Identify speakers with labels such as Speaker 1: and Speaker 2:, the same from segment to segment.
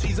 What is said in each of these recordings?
Speaker 1: She's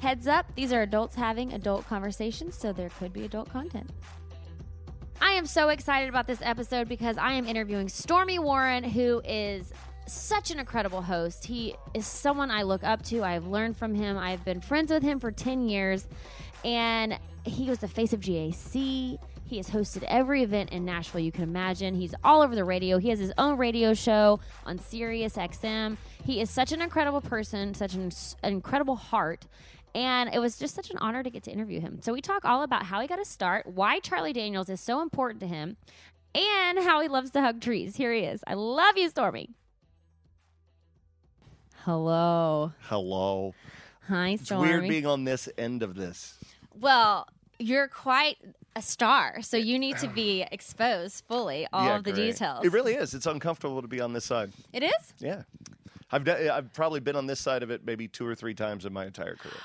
Speaker 2: Heads up, these are adults having adult conversations, so there could be adult content. I am so excited about this episode because I am interviewing Stormy Warren, who is such an incredible host. He is someone I look up to. I've learned from him. I've been friends with him for 10 years, and he was the face of GAC. He has hosted every event in Nashville you can imagine. He's all over the radio. He has his own radio show on Sirius XM. He is such an incredible person, such an s- incredible heart. And it was just such an honor to get to interview him. So, we talk all about how he got his start, why Charlie Daniels is so important to him, and how he loves to hug trees. Here he is. I love you, Stormy. Hello.
Speaker 3: Hello.
Speaker 2: Hi,
Speaker 3: It's
Speaker 2: Stormy.
Speaker 3: weird being on this end of this.
Speaker 2: well, you're quite a star, so you need to be exposed fully, all
Speaker 3: Yeah,
Speaker 2: of the
Speaker 3: great.
Speaker 2: details.
Speaker 3: It really is. It's uncomfortable to be on this side.
Speaker 2: It is?
Speaker 3: Yeah. I've done, I've probably been on this side of it maybe two or three times in my entire career.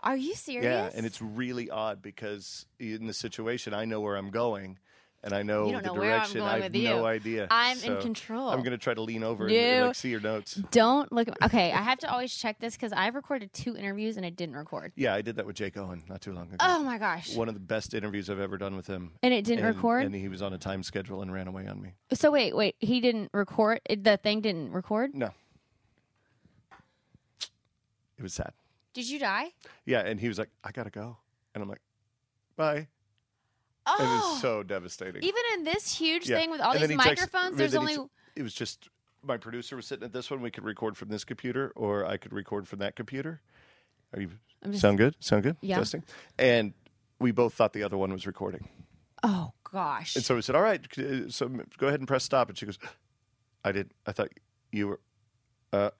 Speaker 2: Are you serious?
Speaker 3: Yeah, and it's really odd because in the situation I know where I'm going and I know
Speaker 2: You don't
Speaker 3: the
Speaker 2: know where I'm
Speaker 3: direction.
Speaker 2: going
Speaker 3: I have
Speaker 2: with
Speaker 3: no
Speaker 2: you.
Speaker 3: idea.
Speaker 2: I'm in
Speaker 3: So
Speaker 2: control.
Speaker 3: I'm going to try to lean over
Speaker 2: You-
Speaker 3: and like, see your notes.
Speaker 2: Don't look at Okay, I have to always check this because I've recorded two interviews and it didn't record.
Speaker 3: Yeah, I did that with Jake Owen not too long ago.
Speaker 2: Oh my gosh.
Speaker 3: One of the best interviews I've ever done with him.
Speaker 2: And it didn't
Speaker 3: And-
Speaker 2: record?
Speaker 3: And he was on a time schedule and ran away on me.
Speaker 2: so wait, wait, he didn't record? it- The thing didn't record?
Speaker 3: No. It was sad.
Speaker 2: Did you die?
Speaker 3: Yeah, and he was like, I gotta go. And I'm like, bye.
Speaker 2: Oh.
Speaker 3: And it was so devastating.
Speaker 2: Even in this huge
Speaker 3: Yeah.
Speaker 2: thing with all
Speaker 3: And then
Speaker 2: these
Speaker 3: he texted-
Speaker 2: microphones,
Speaker 3: and
Speaker 2: there's
Speaker 3: then he
Speaker 2: only.
Speaker 3: s- It was just my producer was sitting at this one. We could record from this computer, or I could record from that computer. Are you
Speaker 2: I'm just-
Speaker 3: sound good? Sound good?
Speaker 2: Yeah.
Speaker 3: Testing. And we both thought the other one was recording,
Speaker 2: Oh gosh.
Speaker 3: and so we said, "All right, c- uh, so m- go ahead and press stop." And she goes, "I did. I thought you were." Uh,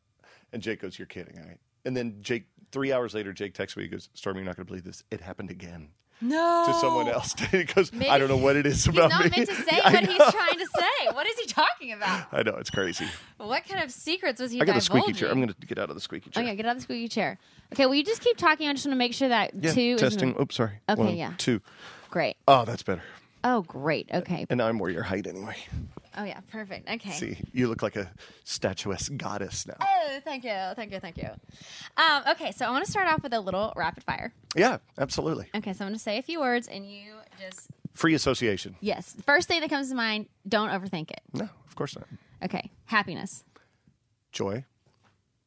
Speaker 3: and Jake goes, "You're kidding, right?" And then Jake, three hours later, Jake texts me. He goes, "Stormy, you're not going to believe this. It happened again."
Speaker 2: no.
Speaker 3: to someone else because
Speaker 2: Oh. Maybe-
Speaker 3: I don't know what it
Speaker 2: He's
Speaker 3: is about
Speaker 2: not
Speaker 3: me.
Speaker 2: meant to say
Speaker 3: Yeah, I
Speaker 2: what
Speaker 3: know.
Speaker 2: he's trying to say. What is he talking about?
Speaker 3: I know it's crazy.
Speaker 2: What kind of secrets was he
Speaker 3: I got a squeaky
Speaker 2: divulging?
Speaker 3: chair. I'm going to get out of the squeaky chair.
Speaker 2: Okay, get out of the squeaky chair. Okay, well, you just keep talking. I just want to make sure that
Speaker 3: Yeah,
Speaker 2: two is
Speaker 3: testing. Oops, sorry.
Speaker 2: Okay,
Speaker 3: One,
Speaker 2: yeah.
Speaker 3: Two.
Speaker 2: great.
Speaker 3: Oh, that's better.
Speaker 2: Oh, great. Okay.
Speaker 3: And I'm more your height anyway.
Speaker 2: Oh yeah, perfect. Okay.
Speaker 3: See, you look like a statuesque goddess now.
Speaker 2: Oh, thank you, thank you, thank you. Um, okay, so I want to start off with a little rapid fire.
Speaker 3: Yeah, absolutely.
Speaker 2: Okay, so I'm going to say a few words, and you just
Speaker 3: Free association.
Speaker 2: yes. The First thing that comes to mind. Don't overthink it.
Speaker 3: No, of course not.
Speaker 2: Okay, happiness.
Speaker 3: Joy.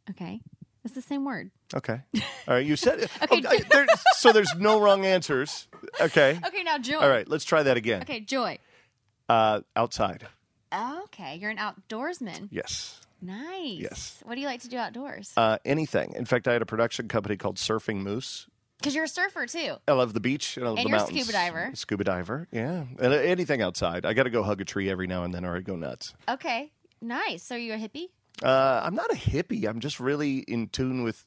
Speaker 2: Okay, it's the same word.
Speaker 3: Okay. All right, you said it.
Speaker 2: Okay.
Speaker 3: Oh, I- there's- so there's no wrong answers. Okay.
Speaker 2: Okay, now joy.
Speaker 3: All right, let's try that again.
Speaker 2: Okay, joy.
Speaker 3: Uh, outside.
Speaker 2: Okay, you're an outdoorsman.
Speaker 3: Yes.
Speaker 2: Nice.
Speaker 3: Yes.
Speaker 2: What do you like to do outdoors?
Speaker 3: Uh, anything. In fact, I had a production company called Surfing Moose.
Speaker 2: Because you're a surfer too.
Speaker 3: I love the beach and I love
Speaker 2: And
Speaker 3: the
Speaker 2: you're a
Speaker 3: mountains.
Speaker 2: scuba diver.
Speaker 3: Scuba diver, yeah. And uh, anything outside. I got to go hug a tree every now and then, or I go nuts.
Speaker 2: Okay, nice. So you're a hippie.
Speaker 3: Uh, I'm not a hippie. I'm just really in tune with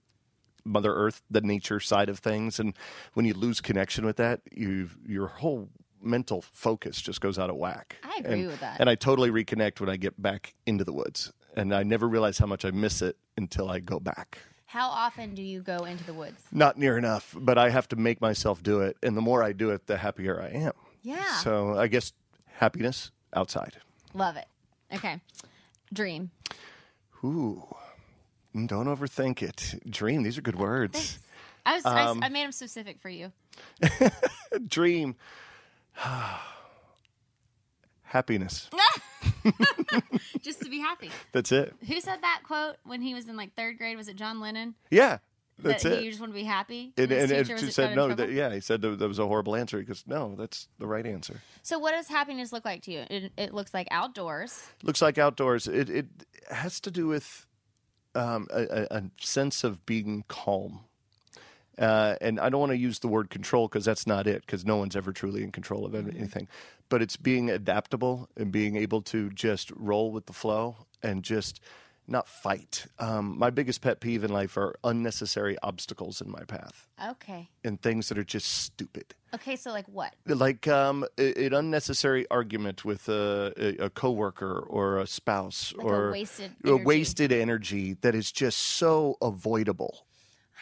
Speaker 3: Mother Earth, the nature side of things. And when you lose connection with that, you your whole mental focus just goes out of whack.
Speaker 2: I agree
Speaker 3: And-
Speaker 2: with that.
Speaker 3: And I totally reconnect when I get back into the woods. And I never realize how much I miss it until I go back.
Speaker 2: How often do you go into the woods?
Speaker 3: Not near enough, but I have to make myself do it. And the more I do it, the happier I am.
Speaker 2: Yeah.
Speaker 3: So I guess happiness outside.
Speaker 2: Love it. Okay. Dream.
Speaker 3: Ooh. Don't overthink it. Dream. These are good words.
Speaker 2: I was I,
Speaker 3: Um,
Speaker 2: I made them specific for you.
Speaker 3: Dream. happiness.
Speaker 2: Just to be happy.
Speaker 3: That's it.
Speaker 2: Who said that quote when he was in like third grade? Was it John Lennon?
Speaker 3: Yeah. That's
Speaker 2: that
Speaker 3: it.
Speaker 2: you just want to be happy?
Speaker 3: and
Speaker 2: his
Speaker 3: and, and
Speaker 2: teacher
Speaker 3: she
Speaker 2: was got
Speaker 3: said
Speaker 2: in
Speaker 3: no.
Speaker 2: trouble?
Speaker 3: That, yeah, he said that, that was a horrible answer. He goes, no, that's the right answer.
Speaker 2: So what does happiness look like to you? It, it looks like outdoors.
Speaker 3: looks like outdoors. It it has to do with um, a, a a sense of being calm. Uh, and I don't want to use the word control because that's not it, because no one's ever truly in control of any- anything. But it's being adaptable and being able to just roll with the flow and just not fight. Um, my biggest pet peeve in life are unnecessary obstacles in my path
Speaker 2: Okay.
Speaker 3: and things that are just stupid.
Speaker 2: Okay, so like what?
Speaker 3: Like um, a- an unnecessary argument with a, a, a coworker or a spouse
Speaker 2: Like
Speaker 3: or
Speaker 2: a wasted
Speaker 3: a
Speaker 2: energy.
Speaker 3: wasted energy that is just so avoidable.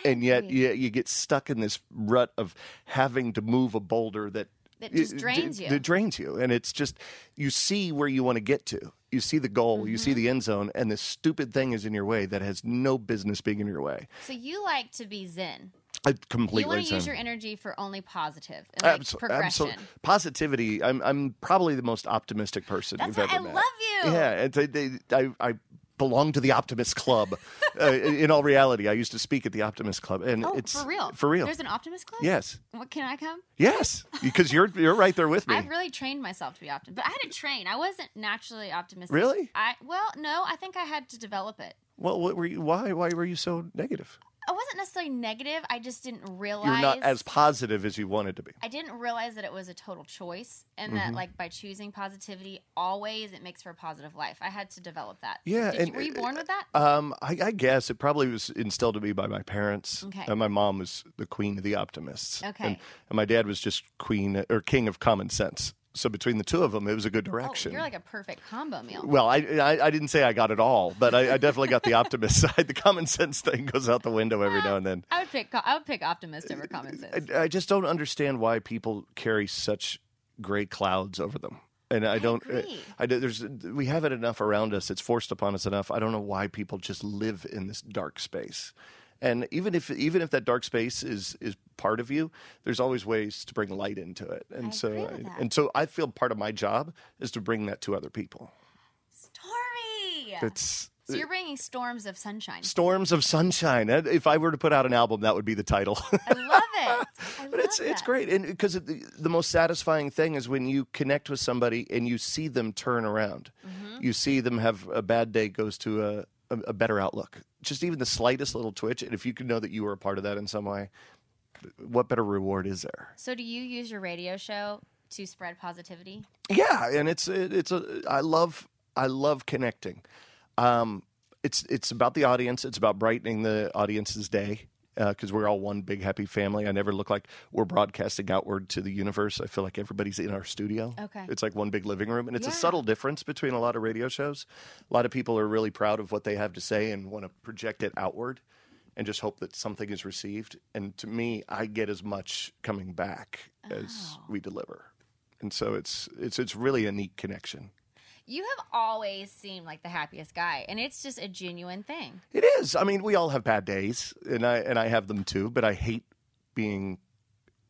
Speaker 3: And yet,
Speaker 2: agree.
Speaker 3: yeah, you get stuck in this rut of having to move a boulder that
Speaker 2: That just
Speaker 3: it-
Speaker 2: drains
Speaker 3: d-
Speaker 2: you.
Speaker 3: That drains you, and it's just you see where you want to get to. You see the goal, you
Speaker 2: Mm-hmm.
Speaker 3: see the end zone, and this stupid thing is in your way that has no business being in your way.
Speaker 2: So you like to be zen.
Speaker 3: I completely.
Speaker 2: you want to
Speaker 3: zen.
Speaker 2: use your energy for only positive and like
Speaker 3: Abso-
Speaker 2: progression.
Speaker 3: absolute- Positivity. I'm I'm probably the most optimistic person
Speaker 2: That's
Speaker 3: you've
Speaker 2: why
Speaker 3: ever
Speaker 2: I
Speaker 3: met.
Speaker 2: love you.
Speaker 3: Yeah, it's, I, they, I I belong to the Optimist Club. uh, in all reality, I used to speak at the Optimist Club, and
Speaker 2: Oh,
Speaker 3: it's
Speaker 2: for real.
Speaker 3: For real.
Speaker 2: There's an optimist club?
Speaker 3: yes.
Speaker 2: What can I come?
Speaker 3: Yes, because you're you're right there with me.
Speaker 2: I've really trained myself to be optimistic, but I had to train. I wasn't naturally optimistic.
Speaker 3: Really?
Speaker 2: I well, no, I think I had to develop it.
Speaker 3: well, what were you? Why why were you so negative?
Speaker 2: I wasn't necessarily negative. I just didn't realize
Speaker 3: You're not as positive as you wanted to be.
Speaker 2: I didn't realize that it was a total choice, and
Speaker 3: Mm-hmm.
Speaker 2: that like by choosing positivity always, it makes for a positive life. I had to develop that.
Speaker 3: Yeah,
Speaker 2: Did
Speaker 3: and-
Speaker 2: you, were you born with that?
Speaker 3: Um, I, I guess it probably was instilled in me by my parents.
Speaker 2: Okay.
Speaker 3: And my mom was the queen of the optimists.
Speaker 2: Okay.
Speaker 3: And, and my dad was just queen or king of common sense. So between the two of them, it was a good
Speaker 2: Oh,
Speaker 3: direction.
Speaker 2: you're like a perfect combo meal.
Speaker 3: well, I, I I didn't say I got it all, but I, I definitely got the optimist side. The common sense thing goes out the window every now and then.
Speaker 2: I would pick. co- I would pick optimist over common sense.
Speaker 3: I, I just don't understand why people carry such gray clouds over them. And I, don't. uh,
Speaker 2: agree.
Speaker 3: I do- there's we have it enough around us. It's forced upon us enough. I don't know why people just live in this dark space. And even if even if that dark space is is part of you, there's always ways to bring light into it. And
Speaker 2: I
Speaker 3: so
Speaker 2: agree with that.
Speaker 3: and so I feel part of my job is to bring that to other people.
Speaker 2: Story.
Speaker 3: It's
Speaker 2: so you're bringing storms of sunshine.
Speaker 3: storms of sunshine. That- If I were to put out an album, that would be the title.
Speaker 2: I love it. I
Speaker 3: But it's
Speaker 2: love
Speaker 3: it's
Speaker 2: that.
Speaker 3: great, and because the, the most satisfying thing is when you connect with somebody and you see them turn around,
Speaker 2: Mm-hmm.
Speaker 3: you see them have a bad day goes to a, a, a better outlook. Just even the slightest little twitch, and if you can know that you were a part of that in some way, what better reward is there?
Speaker 2: So do you use your radio show to spread positivity?
Speaker 3: Yeah, and it's it, it's a I love I love connecting. Um, it's it's about the audience. It's about brightening the audience's day because we're all one big happy family. I never look like we're broadcasting outward to the universe. I feel like everybody's in our studio.
Speaker 2: Okay.
Speaker 3: it's like one big living room, and it's a
Speaker 2: Yeah.
Speaker 3: subtle difference between a lot of radio shows. A lot of people are really proud of what they have to say and want to project it outward. And just hope that something is received. And to me, I get as much coming back as
Speaker 2: Oh.
Speaker 3: we deliver and so it's it's it's really a neat connection.
Speaker 2: You have always seemed like the happiest guy, and it's just a genuine thing.
Speaker 3: It is. I mean, we all have bad days, and I and I have them too. But I hate being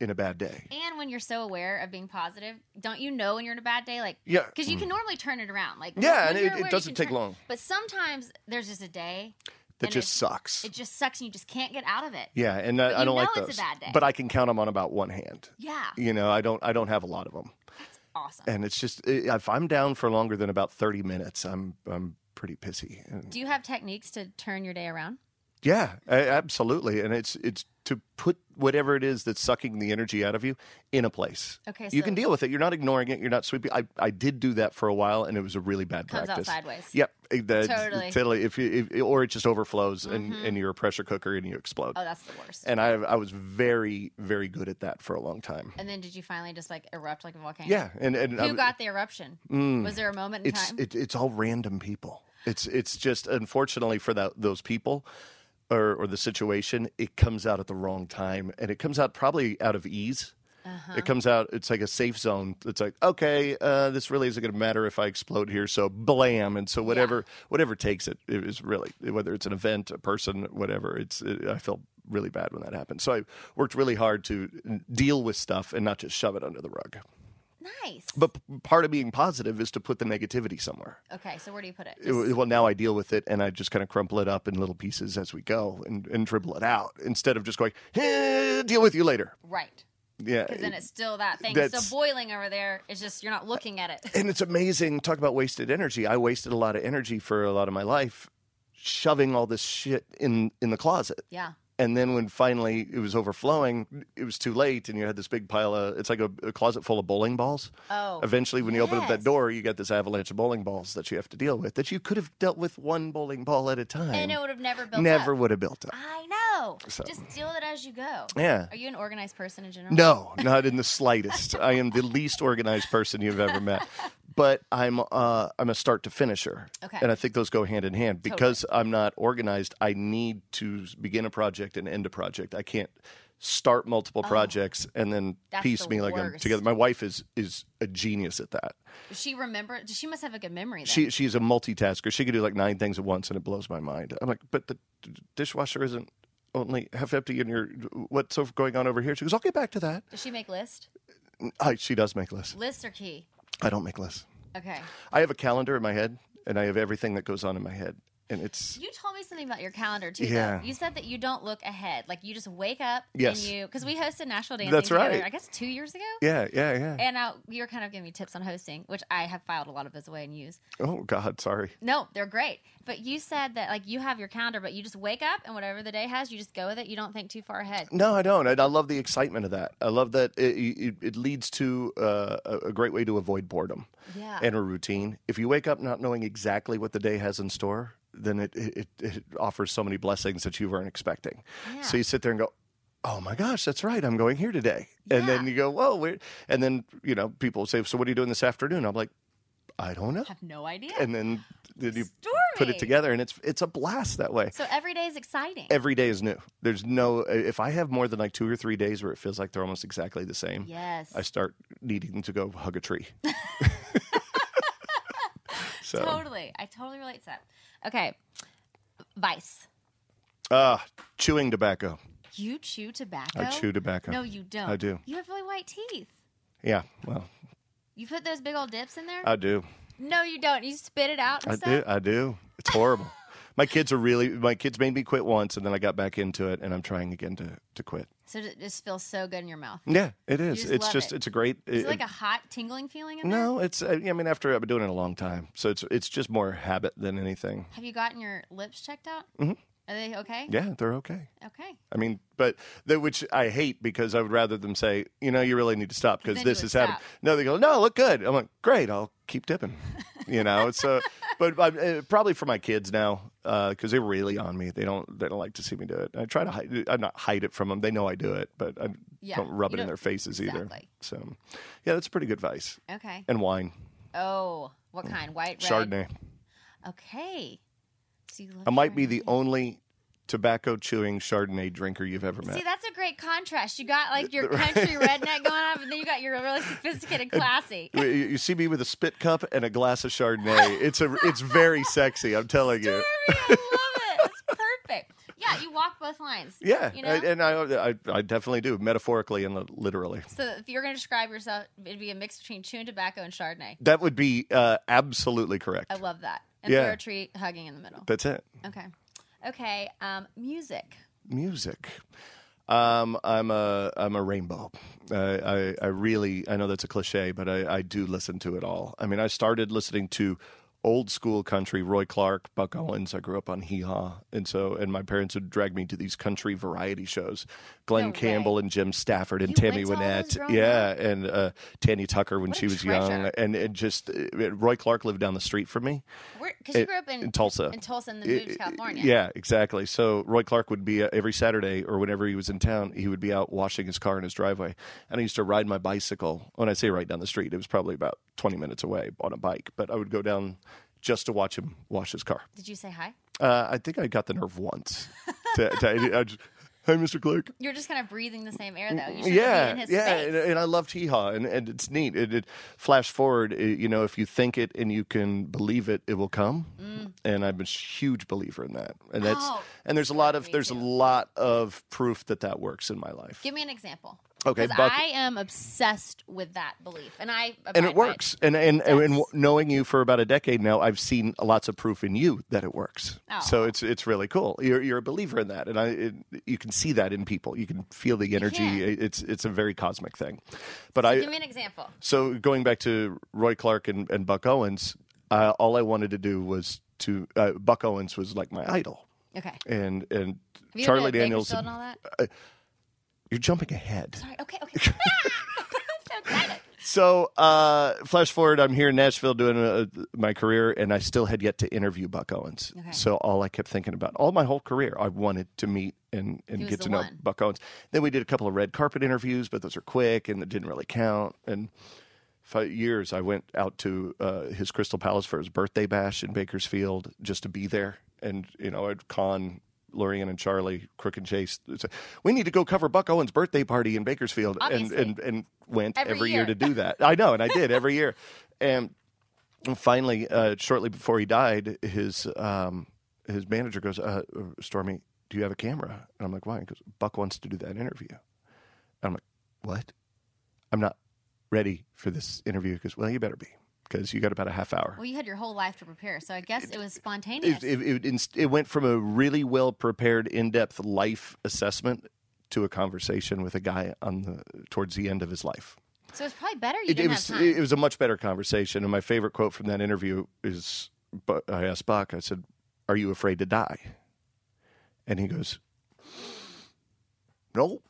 Speaker 3: in a bad day.
Speaker 2: And when you're so aware of being positive, don't you know when you're in a bad day? Like,
Speaker 3: Yeah, Mm.
Speaker 2: because Mm. you can normally turn it around. Like,
Speaker 3: Hmm. Yeah,
Speaker 2: when
Speaker 3: and
Speaker 2: you're
Speaker 3: it- it
Speaker 2: aware, you
Speaker 3: doesn't
Speaker 2: can
Speaker 3: take
Speaker 2: turn-
Speaker 3: long.
Speaker 2: But sometimes there's just a day
Speaker 3: that
Speaker 2: and
Speaker 3: just
Speaker 2: it's-
Speaker 3: sucks.
Speaker 2: It just sucks, and you just can't get out of it.
Speaker 3: yeah, and I,
Speaker 2: but
Speaker 3: I
Speaker 2: you
Speaker 3: don't like
Speaker 2: know
Speaker 3: those.
Speaker 2: it's a bad day.
Speaker 3: But I can count them on about one hand.
Speaker 2: Yeah,
Speaker 3: You know, I don't I don't have a lot of them,
Speaker 2: that's awesome.
Speaker 3: and it's just if I'm down for longer than about thirty minutes, I'm I'm pretty pissy. And
Speaker 2: Do you have techniques to turn your day around?
Speaker 3: Yeah, a- absolutely, and it's it's to put whatever it is that's sucking the energy out of you in a place.
Speaker 2: Okay,
Speaker 3: you
Speaker 2: so-
Speaker 3: can deal with it. You're not ignoring it. You're not sweeping. I I did do that for a while, and it was a really bad
Speaker 2: Comes out
Speaker 3: practice.
Speaker 2: sideways.
Speaker 3: Yep, eh, that's-
Speaker 2: Totally. Mm-hmm.
Speaker 3: totally. If you if, or it just overflows, and and you're a pressure cooker, and you explode.
Speaker 2: Oh, that's the worst.
Speaker 3: and I I was very very good at that for a long time.
Speaker 2: And then did you finally just like erupt like a volcano?
Speaker 3: Yeah, and and
Speaker 2: Who
Speaker 3: I-
Speaker 2: got the eruption? Was there a moment in
Speaker 3: it's
Speaker 2: time?
Speaker 3: it, it's all random people. It's it's just unfortunately for that those people or or the situation, it comes out at the wrong time, and it comes out probably out of ease. It comes out. It's like a safe zone. It's like okay, uh, this really isn't going to matter if I explode here. So blam, and so whatever whatever takes it, it is really whether it's an event, a person, whatever. It's it, I felt really bad when that happened. So I worked really hard to deal with stuff and not just shove it under the rug.
Speaker 2: nice.
Speaker 3: But p- part of being positive is to put the negativity somewhere
Speaker 2: okay, so where do you put it?
Speaker 3: it- well now i deal with it and i just kind of crumple it up in little pieces as we go and, and dribble it out instead of just going eh, deal with you later
Speaker 2: right.
Speaker 3: yeah
Speaker 2: Because then it's still that thing it's
Speaker 3: That's-
Speaker 2: still boiling over there. It's just you're not looking at it.
Speaker 3: and it's amazing talk about wasted energy i wasted a lot of energy for a lot of my life shoving all this shit in in the closet
Speaker 2: Yeah.
Speaker 3: And then when finally it was overflowing, it was too late, and you had this big pile of it's like a, a closet full of bowling balls.
Speaker 2: Oh,
Speaker 3: Eventually, when you open up that
Speaker 2: yes.
Speaker 3: door, you got this avalanche of bowling balls that you have to deal with that you could have dealt with one bowling ball at a time.
Speaker 2: and it would have never built
Speaker 3: Never
Speaker 2: up.
Speaker 3: would have built up.
Speaker 2: I know.
Speaker 3: So-
Speaker 2: Just deal with it as you go.
Speaker 3: Yeah.
Speaker 2: Are you an organized person in general?
Speaker 3: No, not in the slightest. I am the least organized person you've ever met, but I'm uh, I'm a start to finisher,
Speaker 2: Okay.
Speaker 3: and I think those go hand in hand because I'm not organized. I need to begin a project and end a project. I can't start multiple projects and then
Speaker 2: Oh. That's
Speaker 3: piece
Speaker 2: the
Speaker 3: me like I'm
Speaker 2: worst.
Speaker 3: together. My wife is is a genius at that.
Speaker 2: She remember. She must have a good memory. Then.
Speaker 3: She she's a multitasker. She can do like nine things at once, and it blows my mind. I'm like, but the d- dishwasher isn't only half empty, and your what's over- going on over here? She goes, I'll get back to that.
Speaker 2: Does she make list?
Speaker 3: I, she does make lists.
Speaker 2: List or key?
Speaker 3: I don't make lists.
Speaker 2: Okay.
Speaker 3: I have a calendar in my head, and I have everything that goes on in my head, and it's
Speaker 2: You told me something about your calendar too.
Speaker 3: Yeah.
Speaker 2: Though. You said that you don't look ahead. Like you just wake up
Speaker 3: Yes.
Speaker 2: and you because we hosted National Dancing.
Speaker 3: That's
Speaker 2: together,
Speaker 3: right.
Speaker 2: I guess two years ago.
Speaker 3: yeah, yeah, yeah.
Speaker 2: And now you're kind of giving me tips on hosting, which I have filed a lot of those away and use.
Speaker 3: oh God, sorry.
Speaker 2: No, they're great. But you said that like you have your calendar, but you just wake up and whatever the day has, you just go with it. You don't think too far ahead.
Speaker 3: No, I don't. And I love the excitement of that. I love that it, it, it leads to uh, a a great way to avoid boredom
Speaker 2: Yeah.
Speaker 3: and a routine. If you wake up not knowing exactly what the day has in store, then it, it, it offers so many blessings that you weren't expecting.
Speaker 2: Yeah.
Speaker 3: So you sit there and go, "Oh my gosh, that's right. I'm going here today." And then
Speaker 2: Yeah.
Speaker 3: you go, "Whoa!" Where? And then you know, people say, "So what are you doing this afternoon?" I'm like, "I don't know."
Speaker 2: I have no idea.
Speaker 3: and then, then you put
Speaker 2: Stormy.
Speaker 3: it together and it's it's a blast that way
Speaker 2: so every day is exciting.
Speaker 3: every day is new there's no if i have more than like two or three days where it feels like they're almost exactly the same
Speaker 2: yes.
Speaker 3: i start needing to go hug a tree so
Speaker 2: Totally. I totally relate to that. Okay. Vice.
Speaker 3: uh chewing tobacco
Speaker 2: You chew tobacco?
Speaker 3: i chew tobacco
Speaker 2: No, you don't.
Speaker 3: I do.
Speaker 2: You have really white teeth.
Speaker 3: yeah well
Speaker 2: You put those big old dips in there?
Speaker 3: i do
Speaker 2: no, you don't. You spit it out and
Speaker 3: i
Speaker 2: stuff.
Speaker 3: do i do it's horrible my kids are really my kids made me quit once and then i got back into it and i'm trying again to to quit
Speaker 2: So it just feels so good in your mouth.
Speaker 3: yeah it is
Speaker 2: just
Speaker 3: it's
Speaker 2: love
Speaker 3: just
Speaker 2: it.
Speaker 3: it's a great
Speaker 2: Is it like a hot tingling feeling in there?
Speaker 3: No, it's. I I mean, after I've been doing it a long time, so it's it's just more habit than anything.
Speaker 2: Have you gotten your lips checked out? Mm-hmm. Are they okay?
Speaker 3: Yeah, they're okay.
Speaker 2: Okay.
Speaker 3: I mean, but the, which I hate because I would rather them say, you know, you really need to stop because
Speaker 2: Then you
Speaker 3: this
Speaker 2: would
Speaker 3: has happened.
Speaker 2: stop.
Speaker 3: No, they go, no, look good. I'm like, great, I'll keep dipping. You know, so but I, uh, probably for my kids now because they're really on me. They don't they don't like to see me do it. I try to hide. I not hide it from them. They know I do it, but I
Speaker 2: Yeah,
Speaker 3: don't rub
Speaker 2: you
Speaker 3: it in
Speaker 2: don't-
Speaker 3: their faces either.
Speaker 2: exactly.
Speaker 3: So, yeah, that's a pretty good vice.
Speaker 2: Okay.
Speaker 3: And wine,
Speaker 2: Oh, what kind? White, red?
Speaker 3: Chardonnay.
Speaker 2: Okay. So you love
Speaker 3: I might be the
Speaker 2: Chardonnay.
Speaker 3: only tobacco chewing Chardonnay drinker you've ever met.
Speaker 2: See, that's a great contrast. You got like your country redneck going on, and then you got your really sophisticated, classy.
Speaker 3: You- you see me with a spit cup and a glass of Chardonnay. It's a it's very sexy. I'm telling you.
Speaker 2: I love it. It's perfect. Yeah, you walk both lines.
Speaker 3: Yeah,
Speaker 2: You know?
Speaker 3: I- and I, I I definitely do metaphorically and literally.
Speaker 2: so if you're going to describe yourself, it'd be a mix between chewing tobacco and Chardonnay.
Speaker 3: That would be uh, absolutely correct.
Speaker 2: I love that. And
Speaker 3: Yeah.
Speaker 2: throw a tree hugging in the middle.
Speaker 3: That's it.
Speaker 2: Okay. Okay. Um, music.
Speaker 3: Music. Um, I'm a I'm a rainbow. I, I I really I know that's a cliche, but I I do listen to it all. I mean, I started listening to old school country, Roy Clark, Buck Owens. I grew up on Hee Haw, and so and my parents would drag me to these country variety shows, Glenn
Speaker 2: No way.
Speaker 3: Campbell and Jim Stafford and
Speaker 2: You
Speaker 3: Tammy
Speaker 2: went to all those
Speaker 3: Wynette,
Speaker 2: growing
Speaker 3: yeah, and uh, Tanny Tucker when
Speaker 2: What a
Speaker 3: she was young,
Speaker 2: treasure.
Speaker 3: and it just it, Roy Clark lived down the street from me
Speaker 2: Because you
Speaker 3: It-
Speaker 2: grew up in,
Speaker 3: in Tulsa.
Speaker 2: In Tulsa, and then
Speaker 3: It-
Speaker 2: moved to California.
Speaker 3: Yeah, exactly. So Roy Clark would be uh, every Saturday or whenever he was in town, he would be out washing his car in his driveway. And I used to ride my bicycle. When I say right down the street, it was probably about 20 minutes away on a bike, but I would go down just to watch him wash his car.
Speaker 2: Did you say hi?
Speaker 3: Uh, I think I got the nerve once. to, to, I just, hey, Mr. Clark.
Speaker 2: You're just kind of breathing the same air, though. You should be
Speaker 3: Mm, Yeah,
Speaker 2: in his
Speaker 3: yeah,
Speaker 2: space.
Speaker 3: and, uh, and I loved Hee Haw, and, and it's neat. It, it flash forward, it- you know, if you think it and you can believe it, it will come. And I'm a huge believer in that, and that's
Speaker 2: Mm. Oh,
Speaker 3: and there's a lot of
Speaker 2: me
Speaker 3: there's a
Speaker 2: too.
Speaker 3: lot of proof that that works in my life,
Speaker 2: Give me an example.
Speaker 3: Okay,
Speaker 2: 'Cause
Speaker 3: Buck-
Speaker 2: I am obsessed with that belief, and I abide
Speaker 3: and
Speaker 2: by
Speaker 3: it works. And and, and w- knowing you for about a decade now, I've seen lots of proof in you that it works.
Speaker 2: Oh.
Speaker 3: So it's it's really cool. You're you're a believer in that, and I it, you can see that in people. You can feel the energy.
Speaker 2: can.
Speaker 3: It- It's it's a very cosmic thing. But I
Speaker 2: Give me an example.
Speaker 3: So going back to Roy Clark and, and Buck Owens, uh, all I wanted to do was to uh, Buck Owens was like my idol,
Speaker 2: Okay.
Speaker 3: and uh, and
Speaker 2: Have you ever
Speaker 3: Charlie
Speaker 2: been at
Speaker 3: Daniels.
Speaker 2: Bakersfield And all that.
Speaker 3: You're jumping ahead.
Speaker 2: Sorry. Okay. Okay. I'm so excited.
Speaker 3: So, uh, flash forward, I'm here in Nashville doing uh, my career, and I still had yet to interview Buck Owens.
Speaker 2: Okay.
Speaker 3: So, all I kept thinking about, all my whole career, I wanted to meet and, and
Speaker 2: He was
Speaker 3: get
Speaker 2: the
Speaker 3: to know
Speaker 2: one.
Speaker 3: Buck Owens. Then we did a couple of red carpet interviews, but those are quick and it didn't really count. And for years, I went out to uh, his Crystal Palace for his birthday bash in Bakersfield just to be there. And, you know, I'd con. Lurian and Charlie, Crook and Chase. it's like, We need to go cover Buck Owens' birthday party in Bakersfield, and,
Speaker 2: Obviously.
Speaker 3: and and went
Speaker 2: Every
Speaker 3: every, year.
Speaker 2: year.
Speaker 3: to do that. I know, and I did every year. And finally, uh, shortly before he died, his um, his manager goes, uh, "Stormy, do you have a camera?" And I'm like, "Why?" He goes, "Buck wants to do that interview." And I'm like, "What? I'm not ready for this interview." Because well, you better be, because you got about a half hour.
Speaker 2: Well, you had your whole life to prepare, so I guess it was spontaneous.
Speaker 3: It, it, it, inst- it went from a really well prepared, in depth life assessment to a conversation with a guy on the towards the end of his life.
Speaker 2: so it's probably better you
Speaker 3: It, it
Speaker 2: didn't
Speaker 3: was
Speaker 2: have time.
Speaker 3: it was a much better conversation, and my favorite quote from that interview is: "But I asked Buck, I said, "Are you afraid to die?" And he goes, "No,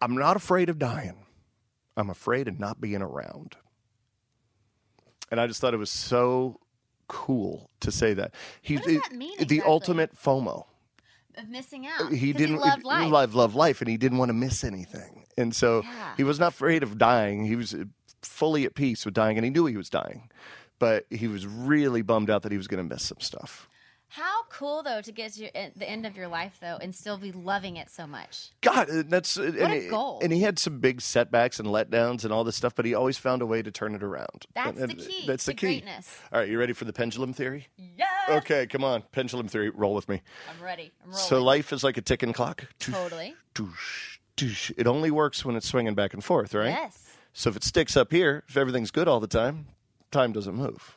Speaker 3: I'm not afraid of dying. I'm afraid of not being around." And I just thought it was so cool to say that. He,
Speaker 2: What does that mean exactly?
Speaker 3: The ultimate FOMO
Speaker 2: of missing out.
Speaker 3: he
Speaker 2: 'cause
Speaker 3: didn't
Speaker 2: He loved life.
Speaker 3: loved, loved life, and he didn't want to miss anything. And so
Speaker 2: Yeah.
Speaker 3: he was not afraid of dying. He was uh, fully at peace with dying, and he knew he was dying, but he was really bummed out that he was going to miss some stuff.
Speaker 2: How cool though to get to your, at the end of your life though and still be loving it so much.
Speaker 3: God, and that's uh, and,
Speaker 2: a
Speaker 3: he-
Speaker 2: goal.
Speaker 3: and he had some big setbacks and letdowns and all this stuff, but he always found a way to turn it around.
Speaker 2: That's
Speaker 3: And-
Speaker 2: the
Speaker 3: and
Speaker 2: key.
Speaker 3: That's the
Speaker 2: to
Speaker 3: key.
Speaker 2: Greatness.
Speaker 3: All right, you ready for the pendulum theory?
Speaker 2: Yes.
Speaker 3: Okay, come on, pendulum theory. Roll with me.
Speaker 2: I'm ready. I'm rolling.
Speaker 3: So life is like a ticking clock.
Speaker 2: totally.
Speaker 3: Doosh, doosh. It only works when it's swinging back and forth, right?
Speaker 2: Yes.
Speaker 3: So if it sticks up here, if everything's good all the time, time doesn't move.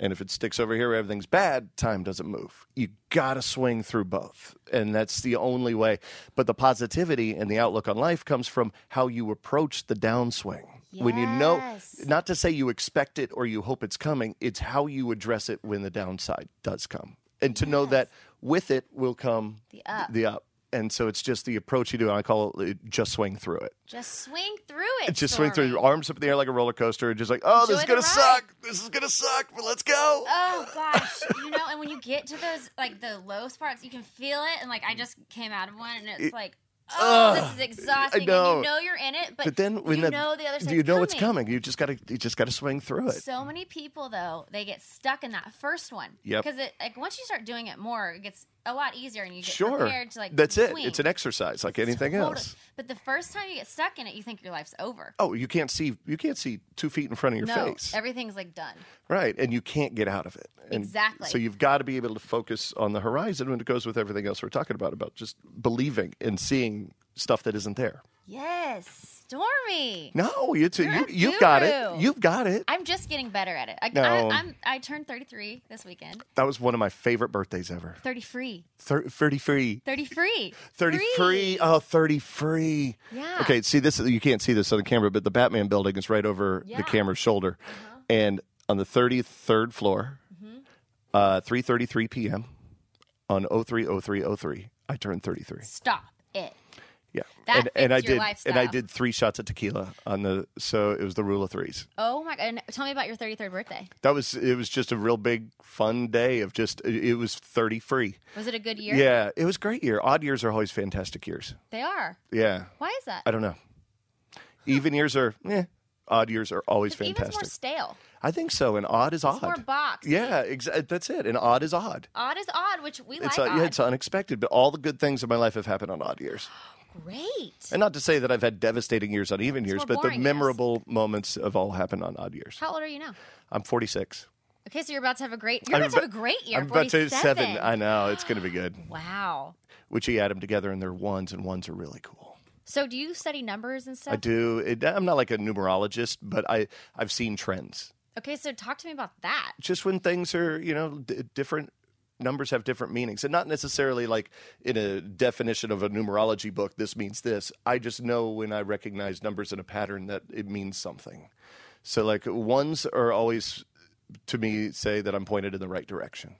Speaker 3: And if it sticks over here, where everything's bad, time doesn't move. You got to swing through both. And that's the only way. But the positivity and the outlook on life comes from how you approach the downswing. When you know,
Speaker 2: Yes.
Speaker 3: not to say you expect it or you hope it's coming, it's how you address it when the downside does come. And to know that with it will come
Speaker 2: The up.
Speaker 3: The up. And so it's just the approach you do. And I call it uh, just swing through it
Speaker 2: Just swing through it.
Speaker 3: just swing through
Speaker 2: Stormy.
Speaker 3: your arms up in the air like a roller coaster and just like oh this is
Speaker 2: Enjoy
Speaker 3: gonna
Speaker 2: the ride.
Speaker 3: suck this is gonna suck but let's go
Speaker 2: Oh gosh, you know, and when you get to those like the low spots, you can feel it, and like I just came out of one, and it's
Speaker 3: It-
Speaker 2: like, oh,
Speaker 3: Ugh,
Speaker 2: this is exhausting.
Speaker 3: know.
Speaker 2: And you know you're in it, but,
Speaker 3: but then when
Speaker 2: you
Speaker 3: the-
Speaker 2: know the other side's
Speaker 3: you know it's coming you just gotta you just gotta swing through it
Speaker 2: So many people though, they get stuck in that first one.
Speaker 3: Yep.
Speaker 2: Because it like once you start doing it more, it gets a lot easier, and you get
Speaker 3: sure
Speaker 2: prepared to like
Speaker 3: that's
Speaker 2: swing.
Speaker 3: it it's an exercise like anything
Speaker 2: Totally.
Speaker 3: else
Speaker 2: But the first time you get stuck in it, you think your life's over.
Speaker 3: oh you can't see you can't see two feet in front of your
Speaker 2: no,
Speaker 3: face
Speaker 2: everything's like done.
Speaker 3: right and you can't get out of it And
Speaker 2: Exactly.
Speaker 3: so you've got to be able to focus on the horizon when it goes with everything else we're talking about about just believing and seeing stuff that isn't there
Speaker 2: Yes, Stormy.
Speaker 3: no you
Speaker 2: You're
Speaker 3: you,
Speaker 2: a
Speaker 3: you've got it
Speaker 2: guru.
Speaker 3: you've got it
Speaker 2: I'm just getting better at it. I,
Speaker 3: No.
Speaker 2: I, I'm, I turned 33 this weekend.
Speaker 3: that was one of my favorite birthdays ever
Speaker 2: 30 free.
Speaker 3: Thir- 33
Speaker 2: 30 free.
Speaker 3: 30 free. Oh, 30 free.
Speaker 2: Yeah.
Speaker 3: Okay, see this you can't see this on the camera, but the Batman building is right over
Speaker 2: Yeah. Uh-huh.
Speaker 3: the camera's shoulder. And on the 33rd floor,
Speaker 2: Mm-hmm.
Speaker 3: uh 3:33 p.m. on 030303, I turned 33.
Speaker 2: Stop it.
Speaker 3: Yeah.
Speaker 2: That fits
Speaker 3: and and I
Speaker 2: your
Speaker 3: did and I
Speaker 2: lifestyle.
Speaker 3: did 3 shots of tequila on the so it was the rule of threes.
Speaker 2: Oh my God. And Tell me about your 33rd birthday.
Speaker 3: That was it was just a real big fun day of just it it was 30 free.
Speaker 2: Was it a good year?
Speaker 3: Yeah, it was a great year. Odd years are always fantastic years.
Speaker 2: They are.
Speaker 3: Yeah.
Speaker 2: Why is that?
Speaker 3: I don't know. Even years are, eh, odd years are always
Speaker 2: Even's more
Speaker 3: fantastic.
Speaker 2: stale.
Speaker 3: I think so, and odd is
Speaker 2: It's more
Speaker 3: odd.
Speaker 2: boxed.
Speaker 3: Yeah, exactly. That's it. And odd is odd.
Speaker 2: Odd is odd, which we
Speaker 3: It's
Speaker 2: like.
Speaker 3: uh,
Speaker 2: odd.
Speaker 3: yeah, it's unexpected, but all the good things in my life have happened on odd years.
Speaker 2: Great.
Speaker 3: And not to say that I've had devastating years on even years,
Speaker 2: more
Speaker 3: but the
Speaker 2: boring years.
Speaker 3: memorable moments have all happened on odd years.
Speaker 2: How old are you now?
Speaker 3: I'm 46.
Speaker 2: Okay, so you're about to have a great. You're
Speaker 3: I'm
Speaker 2: about to have a
Speaker 3: abo-
Speaker 2: great year.
Speaker 3: I'm about to
Speaker 2: 47.
Speaker 3: seven. I know it's going to be good.
Speaker 2: Wow.
Speaker 3: Which you add them together, and they're ones, and ones are really cool.
Speaker 2: So do you study numbers and stuff?
Speaker 3: I do. It, I'm not like a numerologist, but I I've seen trends.
Speaker 2: Okay, so talk to me about that.
Speaker 3: just when things are you know d- different numbers have different meanings and not necessarily like in a definition of a numerology book this means this i just know when i recognize numbers in a pattern that it means something so like ones are always to me say that i'm pointed in the right direction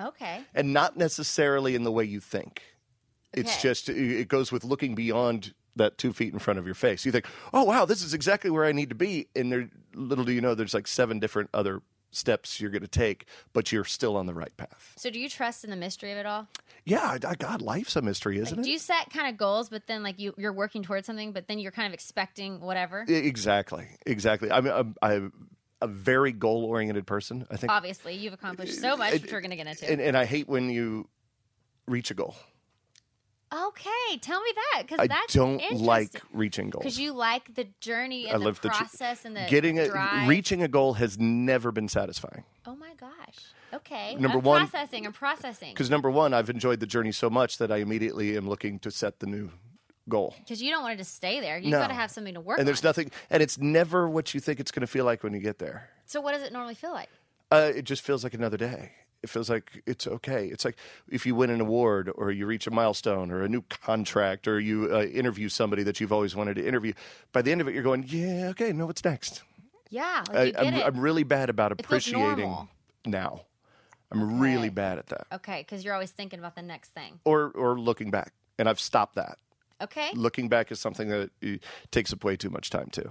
Speaker 2: Okay.
Speaker 3: and not necessarily in the way you think. It's
Speaker 2: Okay.
Speaker 3: just it- it goes with looking beyond that two feet in front of your face. You think, oh wow, this is exactly where I need to be, and there, little do you know, there's like seven different other steps you're going to take, but you're still on the right path.
Speaker 2: So do you trust in the mystery of it all?
Speaker 3: Yeah, I, I- God, life's a mystery, isn't
Speaker 2: Do
Speaker 3: it?
Speaker 2: you set kind of goals, but then like you you're working towards something, but then you're kind of expecting whatever?
Speaker 3: E- Exactly, exactly. I mean, I'm, I'm a very goal-oriented person. I think
Speaker 2: Obviously, you've accomplished so much,
Speaker 3: it-
Speaker 2: which we're gonna get into.
Speaker 3: and, and I hate when you reach a goal.
Speaker 2: okay, tell me that because
Speaker 3: I
Speaker 2: that's
Speaker 3: don't
Speaker 2: interesting.
Speaker 3: like reaching goals.
Speaker 2: because you like the journey and
Speaker 3: I
Speaker 2: the
Speaker 3: love the tr-
Speaker 2: process and the
Speaker 3: Getting a
Speaker 2: drive.
Speaker 3: reaching a goal has never been satisfying.
Speaker 2: Oh my gosh. Okay.
Speaker 3: Number
Speaker 2: I'm
Speaker 3: one-
Speaker 2: processing. I'm processing
Speaker 3: Because number one, I've enjoyed the journey so much that I immediately am looking to set the new goal.
Speaker 2: because you don't want to just stay there. You've
Speaker 3: No.
Speaker 2: got to have something to work.
Speaker 3: And there's
Speaker 2: on.
Speaker 3: nothing, and it's never what you think it's going to feel like when you get there.
Speaker 2: So what does it normally feel like?
Speaker 3: Uh, it just feels like another day. It feels like it's okay. It's like if you win an award or you reach a milestone or a new contract or you uh, interview somebody that you've always wanted to interview. By the end of it, you're going, yeah, okay, no, what's next?
Speaker 2: Yeah, like
Speaker 3: I,
Speaker 2: you get
Speaker 3: I'm,
Speaker 2: it.
Speaker 3: I'm really bad about
Speaker 2: feels
Speaker 3: appreciating
Speaker 2: normal.
Speaker 3: now. I'm really
Speaker 2: Okay.
Speaker 3: bad at that.
Speaker 2: okay, because you're always thinking about the next thing.
Speaker 3: Or, or looking back. And I've stopped that.
Speaker 2: Okay.
Speaker 3: looking back is something that uh, takes up way too much time too.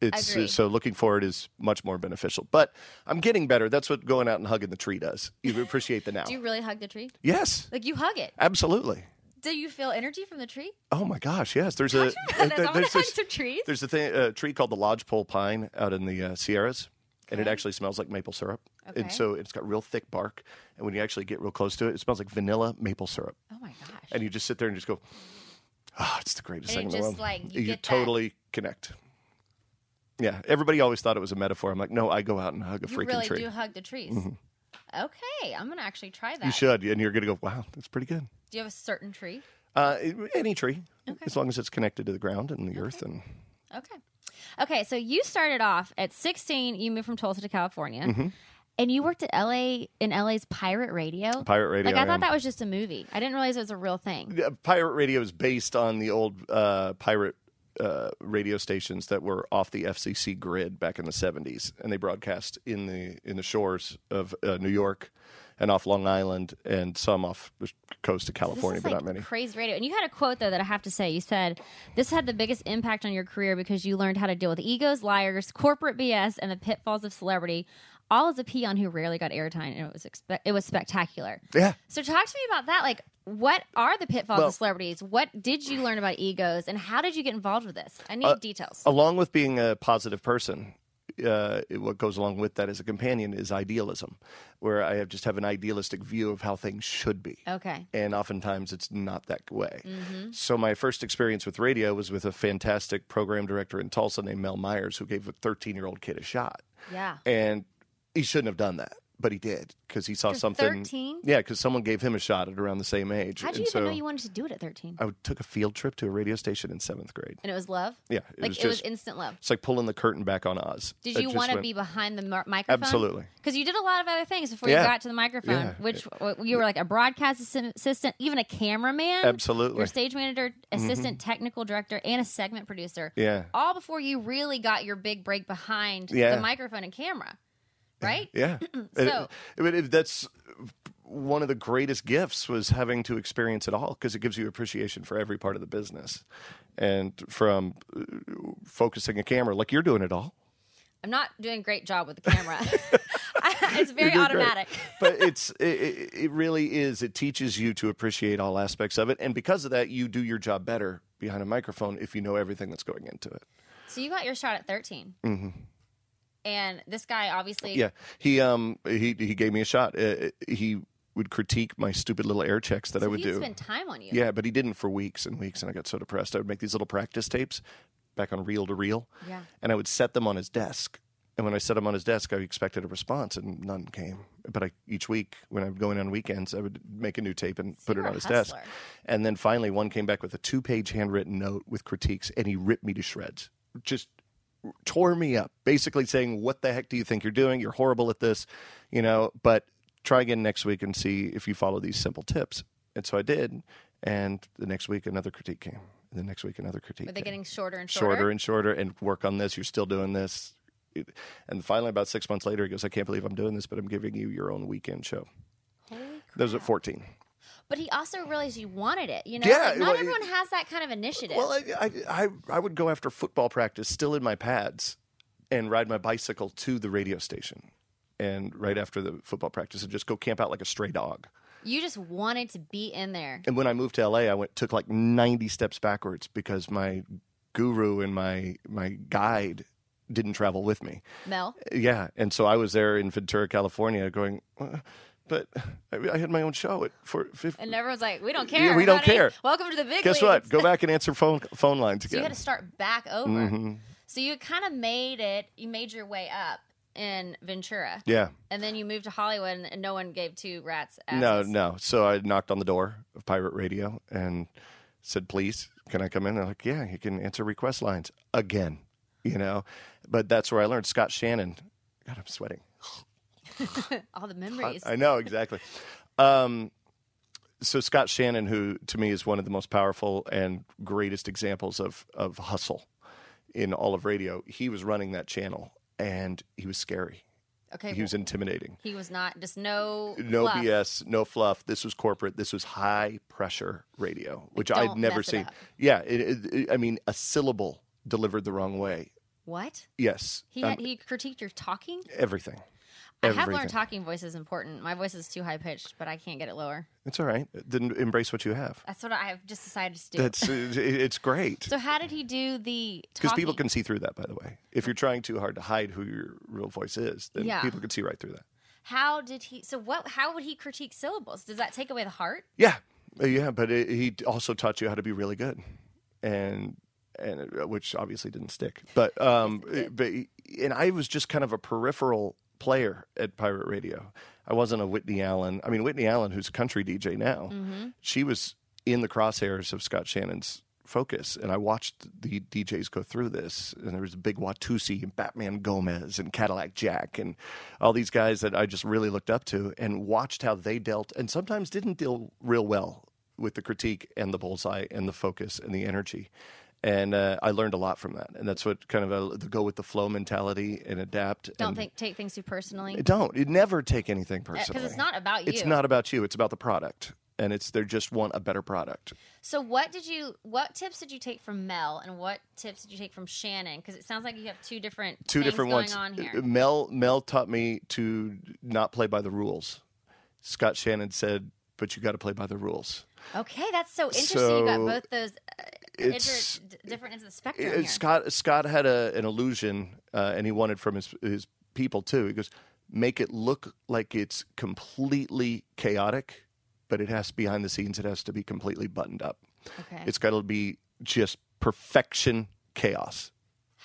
Speaker 3: It's uh,
Speaker 2: Agreed.
Speaker 3: so looking forward is much more beneficial. But I'm getting better. That's what going out and hugging the tree does. You appreciate the now.
Speaker 2: Do you really hug the tree?
Speaker 3: yes,
Speaker 2: Like you hug it.
Speaker 3: absolutely.
Speaker 2: Do you feel energy from the tree?
Speaker 3: Oh my gosh, yes. There's a uh,
Speaker 2: That's- I want
Speaker 3: there's
Speaker 2: to hug
Speaker 3: this,
Speaker 2: some trees.
Speaker 3: there's a thing a tree called the lodgepole pine out in the uh, Sierras. And it actually smells like maple syrup.
Speaker 2: Okay.
Speaker 3: And so it's got real thick bark. And when you actually get real close to it, it smells like vanilla maple syrup.
Speaker 2: Oh my gosh.
Speaker 3: And you just sit there and just go, ah, it's the greatest
Speaker 2: And
Speaker 3: thing
Speaker 2: it
Speaker 3: in the
Speaker 2: just,
Speaker 3: world.
Speaker 2: like, you get that-
Speaker 3: totally connect. Yeah, everybody always thought it was a metaphor. I'm like, no, I go out and hug a
Speaker 2: You
Speaker 3: freaking
Speaker 2: really
Speaker 3: tree. Mm-hmm.
Speaker 2: do hug the trees. Okay, I'm gonna actually try that.
Speaker 3: You should, and you're going to go, wow, that's pretty good.
Speaker 2: Do you have a certain tree?
Speaker 3: Uh, any tree, as long as it's connected to the ground and the earth, and
Speaker 2: Okay. Okay, so you started off at 16. You moved from Tulsa to California,
Speaker 3: Mm-hmm.
Speaker 2: and you worked at LA in LA's pirate radio.
Speaker 3: pirate radio.
Speaker 2: Like I
Speaker 3: yeah.
Speaker 2: thought that was just a movie. I didn't realize it was a real thing.
Speaker 3: Yeah, pirate radio is based on the old uh, pirate uh, radio stations that were off the FCC grid back in the 70s, and they broadcast in the in the shores of uh, New York and off Long Island and some off the coast of
Speaker 2: This
Speaker 3: California,
Speaker 2: is
Speaker 3: but
Speaker 2: like
Speaker 3: not many.
Speaker 2: crazy radio. And you had a quote though that I have to say. You said this had the biggest impact on your career because you learned how to deal with egos, liars, corporate BS, and the pitfalls of celebrity, all as a peon who rarely got airtime, and it was expe- it was spectacular.
Speaker 3: Yeah.
Speaker 2: So talk to me about that. Like, what are the pitfalls
Speaker 3: Well-
Speaker 2: of celebrities? What did you learn about egos, and how did you get involved with this? I need details.
Speaker 3: Along with being Uh, a positive person, uh, it- what goes along with that as a companion is idealism, where I have just have an idealistic view of how things should be.
Speaker 2: okay.
Speaker 3: and oftentimes it's not that way.
Speaker 2: Mm-hmm.
Speaker 3: So my first experience with radio was with a fantastic program director in Tulsa named Mel Myers, who gave a 13 year old kid a shot,
Speaker 2: Yeah.
Speaker 3: and he shouldn't have done that, but he did because he saw
Speaker 2: You're
Speaker 3: something.
Speaker 2: 13?
Speaker 3: Yeah, because someone gave him a shot at around the same age,
Speaker 2: How did you
Speaker 3: and
Speaker 2: even
Speaker 3: so
Speaker 2: know you wanted to do it at 13?
Speaker 3: I took a field trip to a radio station in seventh grade.
Speaker 2: and it was love.
Speaker 3: Yeah,
Speaker 2: Like it was instant love.
Speaker 3: it's like pulling the curtain back on Oz.
Speaker 2: Did
Speaker 3: I
Speaker 2: you
Speaker 3: just
Speaker 2: want to
Speaker 3: went-
Speaker 2: be behind the mar- microphone?
Speaker 3: Absolutely.
Speaker 2: Because you did a lot of other things before
Speaker 3: Yeah.
Speaker 2: you got to the microphone,
Speaker 3: Yeah.
Speaker 2: which w- you were like a broadcast assi- assistant, even a cameraman.
Speaker 3: Absolutely. Mm-hmm.
Speaker 2: Your stage manager, assistant technical director, and a segment producer.
Speaker 3: Yeah.
Speaker 2: All before you really got your big break behind
Speaker 3: Yeah.
Speaker 2: the microphone and camera. Right?
Speaker 3: Yeah.
Speaker 2: So-
Speaker 3: I mean, it- that's one of the greatest gifts was having to experience it all because it gives you appreciation for every part of the business. And from uh, focusing a camera, like you're doing it all.
Speaker 2: I'm not doing a great job with the camera. it's very
Speaker 3: You're doing great.
Speaker 2: automatic.
Speaker 3: but it's it- it, it really is. It teaches you to appreciate all aspects of it, and because of that, you do your job better behind a microphone if you know everything that's going into it. Mm-hmm.
Speaker 2: So you got your shot at 13. And this guy obviously.
Speaker 3: Yeah, he um he he gave me a shot. Uh, he would critique my stupid little air checks that I
Speaker 2: So
Speaker 3: would
Speaker 2: he'd
Speaker 3: do.
Speaker 2: spend time on you.
Speaker 3: Yeah, but he didn't for weeks and weeks, and I got so depressed. I would make these little practice tapes back on reel to reel,
Speaker 2: Yeah.
Speaker 3: and I would set them on his desk. And when I set them on his desk, I expected a response, and none came. But I, each week, when I would go in on weekends, I would make a new tape and put it
Speaker 2: you're
Speaker 3: on
Speaker 2: a
Speaker 3: his desk.
Speaker 2: hustler.
Speaker 3: And then finally, one came back with a two-page handwritten note with critiques, and he ripped me to shreds. Just tore me up, basically saying, "What the heck do you think you're doing? You're horrible at this," you know. But try again next week and see if you follow these simple tips. And so I did. And the next week, another critique came. And the next week, another critique.
Speaker 2: Were they
Speaker 3: came.
Speaker 2: getting shorter and
Speaker 3: shorter?
Speaker 2: shorter?
Speaker 3: and shorter? And work on this. You're still doing this. It- And finally, about six months later, he goes, "I can't believe I'm doing this, but I'm giving you your own weekend show."
Speaker 2: Holy
Speaker 3: That was at 14.
Speaker 2: But he also realized you wanted it. You know,
Speaker 3: Yeah,
Speaker 2: Like, not
Speaker 3: well,
Speaker 2: everyone has that kind of initiative.
Speaker 3: Well, I, I, I, I would go after football practice still in my pads and ride my bicycle to the radio station. And right after the football practice, and just go camp out like a stray dog.
Speaker 2: you just wanted to be in there.
Speaker 3: And when I moved to LA, I went took like 90 steps backwards because my guru and my my guide didn't travel with me.
Speaker 2: Mel,
Speaker 3: Yeah, and so I was there in Ventura, California, going, "Uh, but I, I had my own show at for fifth.
Speaker 2: and everyone's like, "We don't
Speaker 3: Yeah,
Speaker 2: care.
Speaker 3: we don't
Speaker 2: honey.
Speaker 3: care.
Speaker 2: Welcome to the big
Speaker 3: Guess
Speaker 2: leagues."
Speaker 3: what? Go back and answer phone phone lines
Speaker 2: So you had
Speaker 3: again.
Speaker 2: to start back over.
Speaker 3: Mhm.
Speaker 2: So you kind of made it. You made your way up in Ventura,
Speaker 3: Yeah.
Speaker 2: and then you moved to Hollywood, and- and no one gave two rats.
Speaker 3: No,
Speaker 2: Asses.
Speaker 3: no. So I knocked on the door of Pirate Radio and said, "Please, can I come in?" They're like, "Yeah, you can answer request lines again." You know, but that's where I learned Scott Shannon. God, I'm sweating.
Speaker 2: all the memories.
Speaker 3: I know exactly. Um, so Scott Shannon, who to me is one of the most powerful and greatest examples of of hustle in all of radio, he was running that channel, and he was scary.
Speaker 2: okay,
Speaker 3: He was intimidating.
Speaker 2: he was not just no
Speaker 3: No
Speaker 2: fluff.
Speaker 3: BS, no fluff. This was corporate. This was high pressure radio, which
Speaker 2: don't
Speaker 3: I'd never
Speaker 2: mess it
Speaker 3: seen.
Speaker 2: up.
Speaker 3: Yeah, it, it, it- I mean, a syllable delivered the wrong way.
Speaker 2: What
Speaker 3: Yes,
Speaker 2: he
Speaker 3: um,
Speaker 2: had, he critiqued your talking.
Speaker 3: everything.
Speaker 2: I have
Speaker 3: Everything.
Speaker 2: learned talking voice is important. My voice is too high pitched, but I can't get it lower.
Speaker 3: It's all right. Then embrace what you have.
Speaker 2: That's what I have just decided to do.
Speaker 3: That's uh, it, it's great.
Speaker 2: so how did he do the?
Speaker 3: Because people
Speaker 2: talking?
Speaker 3: can see through that, by the way. If you're trying too hard to hide who your real voice is, then
Speaker 2: Yeah.
Speaker 3: people can see right through that.
Speaker 2: How did he? So what? How would he critique syllables? Does that take away the heart?
Speaker 3: Yeah, Uh, yeah. But it, he also taught you how to be really good, and and it, which obviously didn't stick. But um, it- but and I was just kind of a peripheral player at pirate radio. I wasn't a Whitney Allen. I mean, Whitney Allen, who's a country DJ now, she was in the crosshairs of Scott Shannon's focus and i watched the djs go through this and there was a big watusi and batman gomez and cadillac jack and all these guys that i just really looked up to and watched how they dealt and sometimes didn't deal real well with the critique and the bullseye and the focus and the energy and uh, i learned a lot from that and that's what kind of a, the go with the flow mentality and adapt
Speaker 2: Don't
Speaker 3: and
Speaker 2: think take things too personally
Speaker 3: don't you never take anything personally
Speaker 2: because it's not about you.
Speaker 3: it's not about you it's about the product and it's they just want a better product
Speaker 2: So what did you? What tips did you take from Mel, and what tips did you take from Shannon? Because it sounds like you have two different
Speaker 3: two
Speaker 2: things
Speaker 3: different
Speaker 2: going
Speaker 3: ones.
Speaker 2: on here.
Speaker 3: Uh, Mel Mel taught me to not play by the rules. Scott Shannon said, "But you got to play by the rules."
Speaker 2: Okay, that's so interesting. you got
Speaker 3: So,
Speaker 2: both those uh,
Speaker 3: It's
Speaker 2: inter- d- different ends of the
Speaker 3: it-
Speaker 2: spectrum.
Speaker 3: it-
Speaker 2: here.
Speaker 3: Scott Scott had a, an illusion, uh, and he wanted from his his people too. He goes, "Make it look like it's completely chaotic, but it has to behind the scenes. It has to be completely buttoned up.
Speaker 2: okay.
Speaker 3: It's got to be just perfection chaos."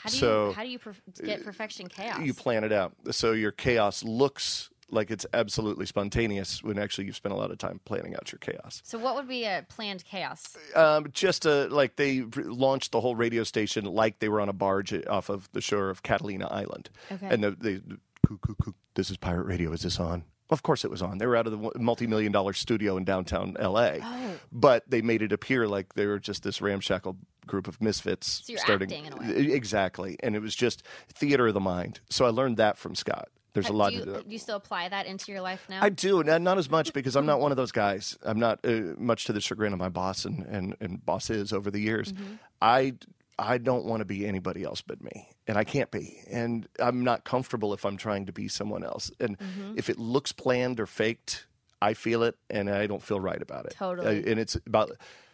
Speaker 2: how do you
Speaker 3: so- uh,
Speaker 2: how do you perf- get perfection chaos?
Speaker 3: You plan it out. So your chaos looks like it's absolutely spontaneous when actually you've spent a lot of time planning out your chaos.
Speaker 2: so what would be a planned chaos?
Speaker 3: Um, just uh like they r- launched the whole radio station like they were on a barge off of the shore of Catalina Island.
Speaker 2: Okay.
Speaker 3: And the, they, "Coo, coo, coo, this is pirate radio. Is this on? Of course it was on. They were out of the multi million dollar studio in downtown LA.
Speaker 2: Oh.
Speaker 3: But they made it appear like they were just this ramshackle group of misfits
Speaker 2: So you're
Speaker 3: starting
Speaker 2: acting in a way.
Speaker 3: E- exactly and it was just theater of the mind so i learned that from scott there's a lot
Speaker 2: do,
Speaker 3: to do
Speaker 2: you, do you still apply that into your life now?
Speaker 3: I do, not, not as much because I'm not one of those guys. I'm not uh, much to the chagrin of my boss and and, and bosses over the years.
Speaker 2: Mm-hmm.
Speaker 3: I I don't want to be anybody else but me, and I can't be. And I'm not comfortable if I'm trying to be someone else. And
Speaker 2: Mm-hmm.
Speaker 3: if it looks planned or faked, I feel it, and I don't feel right about it.
Speaker 2: Totally.
Speaker 3: I- and it's about.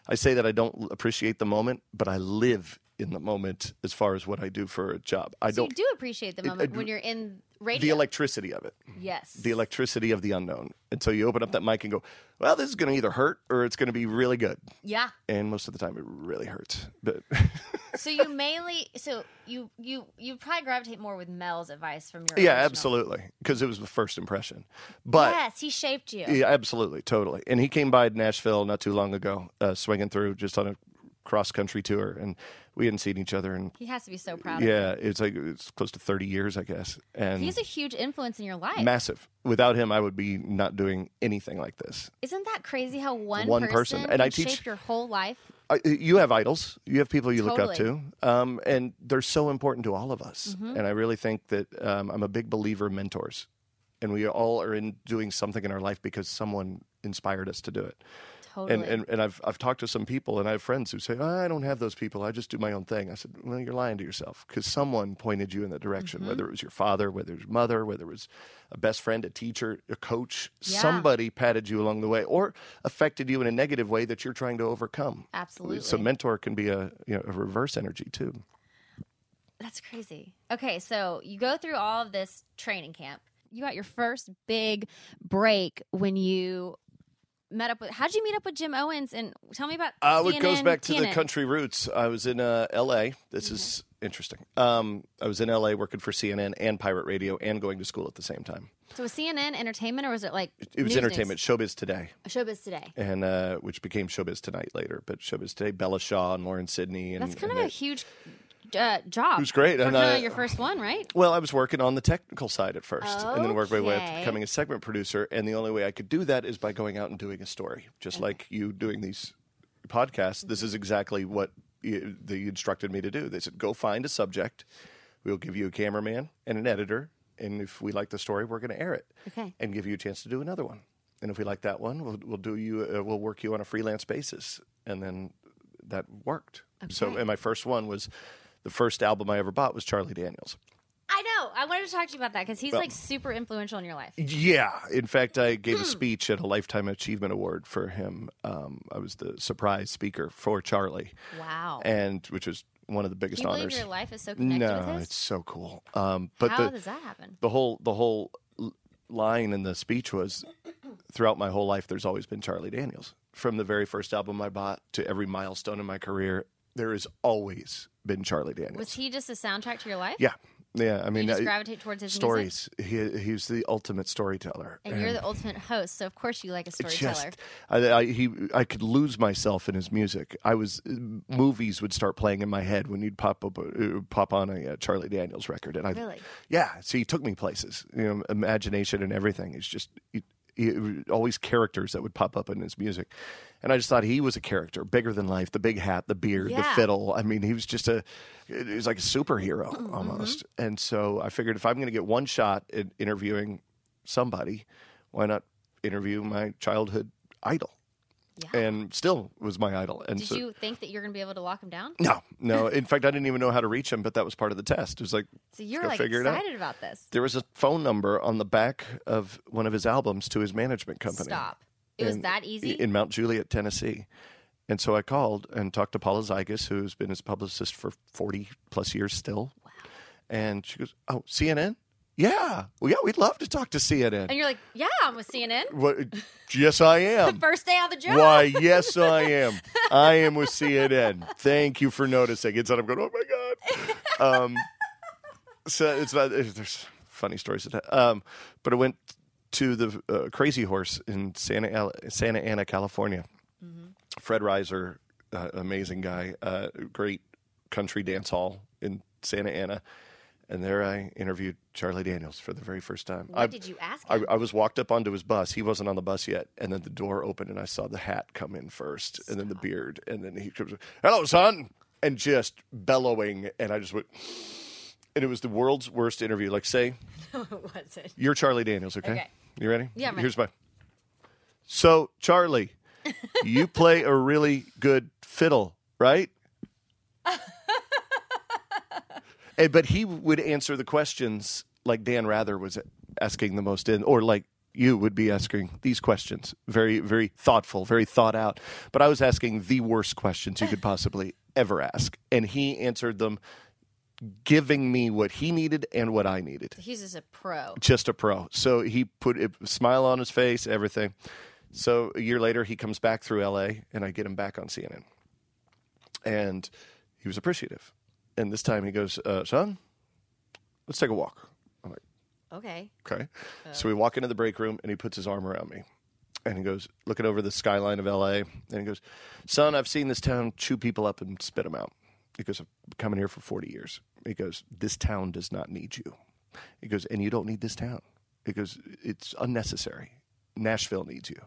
Speaker 3: I say that I don't appreciate the moment, but I live in the moment as far as what I do for a job. I
Speaker 2: so you
Speaker 3: don't
Speaker 2: do appreciate the moment
Speaker 3: I-
Speaker 2: when you're in
Speaker 3: the
Speaker 2: radio.
Speaker 3: electricity of it
Speaker 2: yes.
Speaker 3: the electricity of the unknown. And so you open up that mic and go, well, this is going to either hurt or it's going to be really good.
Speaker 2: yeah.
Speaker 3: And most of the time, it really hurts. But
Speaker 2: So you mainly so you you you probably gravitate more with Mel's advice from your
Speaker 3: yeah,
Speaker 2: original-
Speaker 3: absolutely, because it was the first impression. But
Speaker 2: Yes, he shaped you.
Speaker 3: yeah, absolutely, totally. And he came by Nashville not too long ago, uh, swinging through just on a cross country tour, and we hadn't seen each other. And
Speaker 2: He has to be so proud. of
Speaker 3: yeah, it's like it's close to thirty years, I guess. And
Speaker 2: you. He's a huge influence in your life.
Speaker 3: massive. Without him, I would be not doing anything like this.
Speaker 2: Isn't that crazy how one,
Speaker 3: One
Speaker 2: person,
Speaker 3: person. And I
Speaker 2: can
Speaker 3: teach-
Speaker 2: shape your whole life?
Speaker 3: I- you have idols. You have people you look up
Speaker 2: Totally. Mm-hmm.
Speaker 3: to, um, and they're so important to all of us. And I really think that um, I'm a big believer in mentors. and we all are in doing something in our life because someone inspired us to do it.
Speaker 2: Totally.
Speaker 3: And, and and I've I've talked to some people and I have friends who say "Oh, I don't have those people. I just do my own thing. I said, well, you're lying to yourself because someone pointed you in that
Speaker 2: Mm-hmm.
Speaker 3: direction. Whether it was your father, whether it was mother, whether it was a best friend, a teacher, a coach,
Speaker 2: Yeah.
Speaker 3: somebody patted you along the way or affected you in a negative way that you're trying to overcome.
Speaker 2: Absolutely.
Speaker 3: So mentor can be a you know a reverse energy too.
Speaker 2: That's crazy. Okay, so you go through all of this training camp. You got your first big break when you met up with. How'd you meet up with Jim Owens? And tell me about.
Speaker 3: Uh, it goes
Speaker 2: CNN,
Speaker 3: back to the
Speaker 2: TNN.
Speaker 3: country roots. I was in uh, L.A. This is interesting. Um, I was in L.A. working for CNN and Pirate Radio and going to school at the same time.
Speaker 2: So was CNN entertainment, or was it like
Speaker 3: It was
Speaker 2: news,
Speaker 3: entertainment, Showbiz Today,
Speaker 2: news? Showbiz Today.
Speaker 3: and uh, which became Showbiz Tonight later. But Showbiz Today, Bella Shaw and Lauren Sidney. And,
Speaker 2: That's kind of
Speaker 3: and
Speaker 2: a
Speaker 3: it-
Speaker 2: huge uh, job.
Speaker 3: was great,
Speaker 2: For
Speaker 3: and
Speaker 2: kind of
Speaker 3: I-
Speaker 2: your first one, right?
Speaker 3: Well, I was working on the technical side at first, and then worked my way up to
Speaker 2: Okay.
Speaker 3: becoming a segment producer. And the only way I could do that is by going out and doing a story, just like you doing these podcasts. This is exactly what you, they instructed me to do. They said, "Go find a subject. We'll give you a cameraman and an editor, and if we like the story, we're going to air it,
Speaker 2: Okay.
Speaker 3: and give you a chance to do another one. And if we like that one, we'll, we'll do you. Uh, we'll work you on a freelance basis, and then that worked. So,
Speaker 2: Okay.
Speaker 3: and my first one was." The first album I ever bought was Charlie Daniels.
Speaker 2: I know. I wanted to talk to you about that because he's like super influential in your life.
Speaker 3: Yeah. In fact, I gave
Speaker 2: Hmm.
Speaker 3: a speech at a Lifetime Achievement Award for him. Um, I was the surprise speaker for Charlie,
Speaker 2: Wow.
Speaker 3: and which was one of the biggest
Speaker 2: Can you believe
Speaker 3: honors.
Speaker 2: your life is so connected
Speaker 3: no,
Speaker 2: with
Speaker 3: it's
Speaker 2: this?
Speaker 3: so cool. Um, but
Speaker 2: How
Speaker 3: the
Speaker 2: does that happen?
Speaker 3: the whole the whole l- line in the speech was throughout my whole life there's always been charlie daniels from the very first album i bought to every milestone in my career there has always been charlie daniels
Speaker 2: Was he just a soundtrack to your life?
Speaker 3: yeah yeah i
Speaker 2: You
Speaker 3: mean
Speaker 2: just
Speaker 3: I-
Speaker 2: gravitate towards his music?
Speaker 3: stories he, he's the ultimate storyteller
Speaker 2: And you're the ultimate host, so of course you like a storyteller.
Speaker 3: just I, I, he, I could lose myself in his music. I was uh, movies would start playing in my head when you'd pop up, uh, pop on a uh, Charlie Daniels record, and I
Speaker 2: Really?
Speaker 3: yeah. So he took me places, you know, imagination and everything. It's just he, he, always characters that would pop up in his music, and I just thought he was a character, bigger than life, the big hat, the beard, the
Speaker 2: Yeah.
Speaker 3: fiddle. I mean, he was just a, he was like a superhero
Speaker 2: Mm-hmm.
Speaker 3: almost. And so I figured if I'm going to get one shot at interviewing somebody, why not interview my childhood idol?
Speaker 2: Yeah.
Speaker 3: And still was my idol. And
Speaker 2: Did
Speaker 3: so,
Speaker 2: you think that you're going to be able to lock him down?
Speaker 3: no, no. In fact, I didn't even know how to reach him, but that was part of the test. It was like,
Speaker 2: So you're
Speaker 3: go
Speaker 2: like
Speaker 3: figure it out.
Speaker 2: excited about this.
Speaker 3: there was a phone number on the back of one of his albums to his management company.
Speaker 2: Stop. It was
Speaker 3: in-
Speaker 2: that easy?
Speaker 3: In Mount Juliet, Tennessee. And so I called and talked to Paula Zygas, who's been his publicist for 40 plus years still. Wow. And she goes, Oh, CNN? Yeah. Well, yeah, we'd love to talk to CNN.
Speaker 2: and you're like, yeah, I'm with CNN.
Speaker 3: What, yes, I
Speaker 2: The
Speaker 3: am.
Speaker 2: first day on the job.
Speaker 3: Um, Why, yes, I am. I am with CNN. Thank you for noticing. Instead, I'm going, oh my God. Um, so it's about, there's funny stories. That, um, but I went to the uh, Crazy Horse in Santa, Al- Santa Ana, California.
Speaker 2: Mm-hmm.
Speaker 3: Fred Reiser, uh, amazing guy, uh, great country dance hall in Santa Ana. And there I interviewed Charlie Daniels for the very first time.
Speaker 2: What
Speaker 3: I-
Speaker 2: did you ask
Speaker 3: I,
Speaker 2: him?
Speaker 3: I was walked up onto his bus. He wasn't on the bus yet, and then the door opened, and I saw the hat come in first, and then the beard, and then he comes, "Hello, son," and just bellowing, and I just went, and it was the world's worst interview. Like, say
Speaker 2: What was it?
Speaker 3: you're Charlie Daniels, okay?
Speaker 2: Okay.
Speaker 3: You ready?
Speaker 2: Yeah, I'm ready.
Speaker 3: Here's my. So, Charlie, you play a really good fiddle, right? and, but he would answer the questions like Dan Rather was asking the most in, or like you would be asking these questions. Very, very thoughtful, very thought out. But I was asking the worst questions you could possibly ever ask. And he answered them, giving me what he needed and what I needed
Speaker 2: He's just a pro.
Speaker 3: just a pro. So he put a smile on his face, everything. So a year later, he comes back through LA, and I get him back on CNN. And he was appreciative. And this time he goes, uh, "Son, let's take a walk." I'm like,
Speaker 2: Okay.
Speaker 3: "Okay." so we walk into the break room, and he puts his arm around me, and he goes, looking over the skyline of LA, and he goes, "Son, I've seen this town chew people up and spit them out." He goes, "I've been coming here for forty years." He goes, "This town does not need you." He goes, and you don't need this town. He goes, it's unnecessary. Nashville needs you.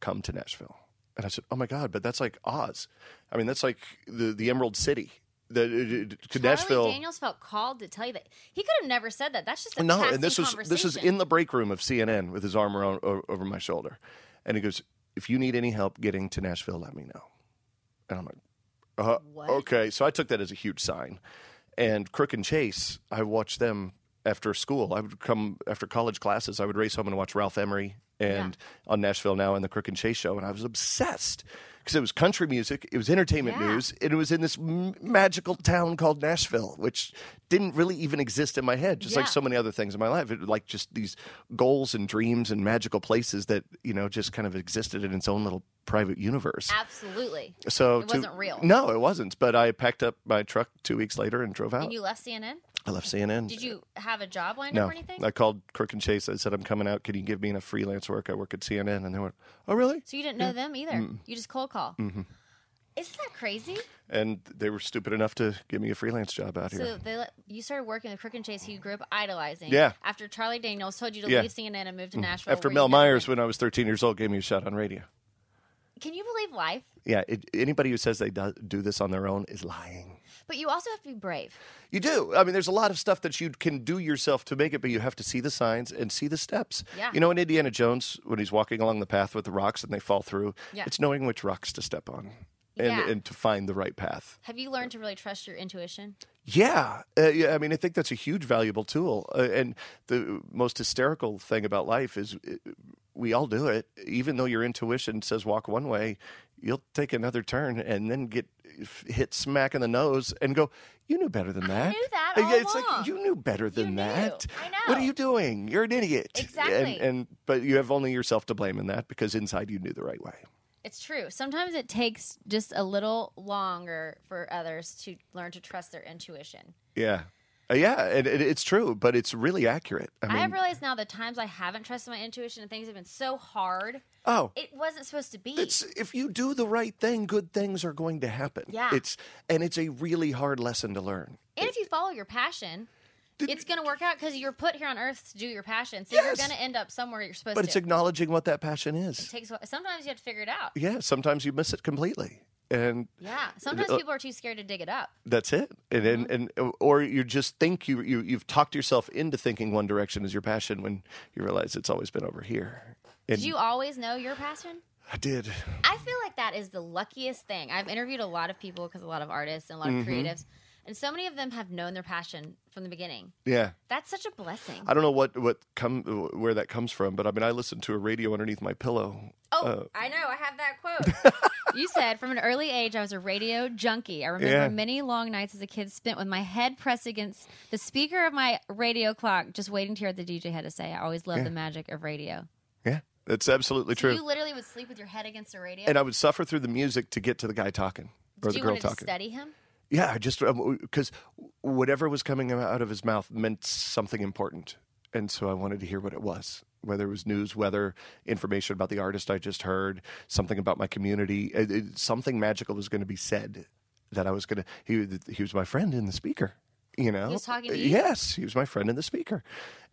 Speaker 3: Come to Nashville. And I said, oh my God, but that's like Oz. I mean, that's like the, the Emerald City. that it, it, to
Speaker 2: Charlie
Speaker 3: Nashville.
Speaker 2: Daniels felt called to tell you that he could have never said that. That's just a
Speaker 3: no,
Speaker 2: passing
Speaker 3: and this is this is
Speaker 2: conversation.
Speaker 3: in the break room of CNN with his arm around o- over my shoulder, and he goes, "If you need any help getting to Nashville, let me know." And I'm like, uh,
Speaker 2: What?
Speaker 3: "Okay." So I took that as a huge sign. And Crook and Chase, I watched them after school. I would come after college classes. I would race home and watch Ralph Emery and on Nashville Now and the Crook and Chase show, and I was obsessed because it was country music, it was entertainment
Speaker 2: Yeah.
Speaker 3: news, and it was in this m- magical town called Nashville, which didn't really even exist in my head. Just like
Speaker 2: Yeah.
Speaker 3: so many other things in my life, it, like just these goals and dreams and magical places that you know just kind of existed in its own little private universe.
Speaker 2: Absolutely.
Speaker 3: So
Speaker 2: It
Speaker 3: to-
Speaker 2: wasn't real.
Speaker 3: No, it wasn't. But I packed up my truck two weeks later and drove out.
Speaker 2: And you left CNN?
Speaker 3: I left CNN.
Speaker 2: Did you have a job lined up
Speaker 3: No,
Speaker 2: or anything?
Speaker 3: I called Crook and Chase. I said, "I'm coming out. Can you give me enough freelance work? I work at CNN." And they went, "Oh, really?"
Speaker 2: so you didn't know them either. You just cold call.
Speaker 3: Mm-hmm.
Speaker 2: Isn't that crazy?
Speaker 3: And they were stupid enough to give me a freelance job out here.
Speaker 2: So they let, you started working with Crook and Chase, who you grew up idolizing.
Speaker 3: Yeah.
Speaker 2: After Charlie Daniels told you to
Speaker 3: Yeah. Mm-hmm.
Speaker 2: leave CNN and move to Nashville.
Speaker 3: After
Speaker 2: where
Speaker 3: Mel
Speaker 2: you never
Speaker 3: Myers, when I was 13 years old, gave me a shot on radio.
Speaker 2: went. Can you believe life?
Speaker 3: Yeah, it, anybody who says they do, do this on their own is lying.
Speaker 2: But you also have to be brave.
Speaker 3: You do. I mean, there's a lot of stuff that you can do yourself to make it, but you have to see the signs and see the steps.
Speaker 2: Yeah.
Speaker 3: You know, in Indiana Jones, when he's walking along the path with the rocks and they fall through,
Speaker 2: Yeah.
Speaker 3: it's knowing which rocks to step on and,
Speaker 2: Yeah.
Speaker 3: and to find the right path.
Speaker 2: Have you learned to really trust your intuition?
Speaker 3: Yeah. Uh, yeah. I mean, I think that's a huge valuable tool. Uh, and the most hysterical thing about life is uh, we all do it. Even though your intuition says walk one way, you'll take another turn and then get f- hit smack in the nose and go, You knew better than that.
Speaker 2: knew that
Speaker 3: And
Speaker 2: all
Speaker 3: it's
Speaker 2: along.
Speaker 3: like, You knew better than
Speaker 2: knew.
Speaker 3: that.
Speaker 2: I
Speaker 3: What are
Speaker 2: know.
Speaker 3: you doing? You're an idiot.
Speaker 2: Exactly.
Speaker 3: And, and, but you have only yourself to blame in that because inside you knew the right way.
Speaker 2: It's true. Sometimes it takes just a little longer for others to learn to trust their intuition.
Speaker 3: Yeah. Uh, yeah. And, and it's true, but it's really accurate. I
Speaker 2: I
Speaker 3: mean,
Speaker 2: have realized now the times I haven't trusted my intuition and things have been so hard.
Speaker 3: oh.
Speaker 2: It wasn't supposed to be.
Speaker 3: It's if you do the right thing, good things are going to happen.
Speaker 2: Yeah.
Speaker 3: It's and it's a really hard lesson to learn.
Speaker 2: and if you follow your passion,
Speaker 3: Did-
Speaker 2: it's going to work out because you're put here on earth to do your passion. So you're
Speaker 3: Yes.
Speaker 2: going to end up somewhere you're supposed
Speaker 3: But
Speaker 2: to.
Speaker 3: it's acknowledging what that passion is.
Speaker 2: takes sometimes you have to figure it out.
Speaker 3: Yeah, sometimes you miss it completely. And
Speaker 2: Yeah. Sometimes
Speaker 3: uh,
Speaker 2: people are too scared to dig it up.
Speaker 3: that's it. And and, and or you just think you, you you've talked yourself into thinking one direction is your passion when you realize it's always been over here. And
Speaker 2: Did you always know your passion?
Speaker 3: I did.
Speaker 2: I feel like that is the luckiest thing. I've interviewed a lot of people because a lot of artists and a lot
Speaker 3: Mm-hmm.
Speaker 2: of creatives, and so many of them have known their passion from the beginning.
Speaker 3: Yeah.
Speaker 2: That's such a blessing.
Speaker 3: I don't know what what come where that comes from, but I mean I listened to a radio underneath my pillow.
Speaker 2: oh, I know. I have that quote. you said, from an early age, I was a radio junkie. I remember
Speaker 3: Yeah.
Speaker 2: many long nights as a kid spent with my head pressed against the speaker of my radio clock, just waiting to hear what the DJ had to say. I always loved the magic of radio.
Speaker 3: Yeah. That's absolutely true.
Speaker 2: You literally would sleep with your head against the radio.
Speaker 3: and I would suffer through the music to get to the guy talking or
Speaker 2: Did
Speaker 3: the
Speaker 2: you
Speaker 3: girl
Speaker 2: want to
Speaker 3: talking.
Speaker 2: study him?
Speaker 3: Yeah, I just because whatever was coming out of his mouth meant something important, and so I wanted to hear what it was. Whether it was news, whether information about the artist I just heard, something about my community, it- it- something magical was going to be said that I was going to. He he was my friend in the speaker. You know, Uh,
Speaker 2: was talking to you?
Speaker 3: Yes, he was my friend in the speaker,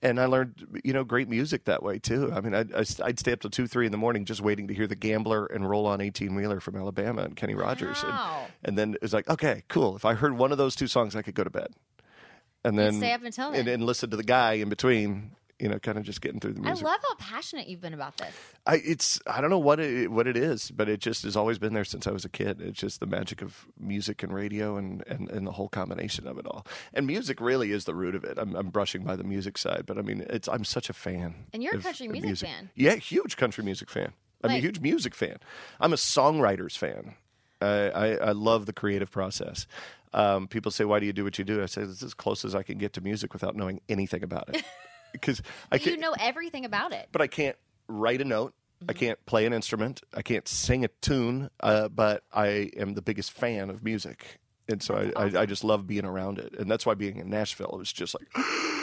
Speaker 3: and I learned you know great music that way too. I mean, I'd, I'd I'd stay up till two, three in the morning just waiting to hear the Gambler and Roll On Eighteen Wheeler from Alabama and Kenny Rogers. And-
Speaker 2: Wow.
Speaker 3: and then it was like, okay, cool. If I heard one of those two songs, I could go to bed. And then
Speaker 2: stay up until
Speaker 3: and,
Speaker 2: then.
Speaker 3: and listen to the guy in between, you know, kind of just getting through the
Speaker 2: I
Speaker 3: music.
Speaker 2: love how passionate you've been about this.
Speaker 3: I, it's I don't know what it what it is, but it just has always been there since I was a kid. It's just the magic of music and radio and, and, and the whole combination of it all. And music really is the root of it. I'm, I'm brushing by the music side, but I mean, it's I'm such a fan.
Speaker 2: And you're a
Speaker 3: of
Speaker 2: country music fan.
Speaker 3: Yeah, huge country music fan. I'm a
Speaker 2: Like-
Speaker 3: huge music fan. I'm a songwriters fan. I, I, I love the creative process. Um, people say, "Why do you do what you do?" I say, "This is as close as I can get to music without knowing anything about it." Because I
Speaker 2: But
Speaker 3: can,
Speaker 2: you know everything about it.
Speaker 3: but I can't write a note.
Speaker 2: Mm-hmm.
Speaker 3: I can't play an instrument. I can't sing a tune. Uh, but I am the biggest fan of music, and so I, I, I just love being around it. And that's why being in Nashville, it was just like.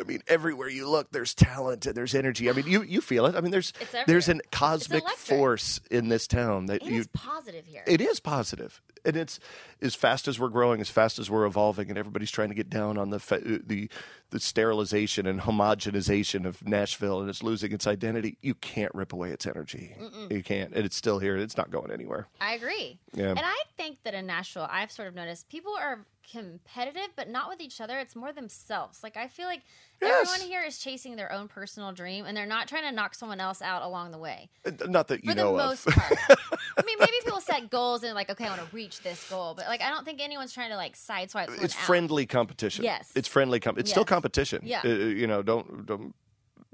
Speaker 3: I mean, everywhere you look, there's talent and there's energy. I mean, you, you feel it. I mean, there's
Speaker 2: It's everywhere.
Speaker 3: there's an cosmic
Speaker 2: electric.
Speaker 3: force in this town that
Speaker 2: It is
Speaker 3: you
Speaker 2: positive here.
Speaker 3: it is positive and it's as fast as we're growing, as fast as we're evolving, and everybody's trying to get down on the fa- the the sterilization and homogenization of Nashville, and it's losing its identity. You can't rip away its energy. You can't, and it's still here. It's not going anywhere.
Speaker 2: I agree.
Speaker 3: Yeah.
Speaker 2: And I think that in Nashville, I've sort of noticed people are competitive, but not with each other. It's more themselves. Like, I feel like
Speaker 3: Yes.
Speaker 2: everyone here is chasing their own personal dream and they're not trying to knock someone else out along the way.
Speaker 3: Uh, Not that you
Speaker 2: For the
Speaker 3: know
Speaker 2: most
Speaker 3: of.
Speaker 2: part. I mean, maybe people set goals and, like, okay, I want to reach this goal. But, like, I don't think anyone's trying to, like, sideswipe someone
Speaker 3: it's
Speaker 2: out.
Speaker 3: friendly competition.
Speaker 2: Yes.
Speaker 3: it's friendly. Com- it's still
Speaker 2: Yes.
Speaker 3: competition.
Speaker 2: Yeah.
Speaker 3: Uh, you know, don't don't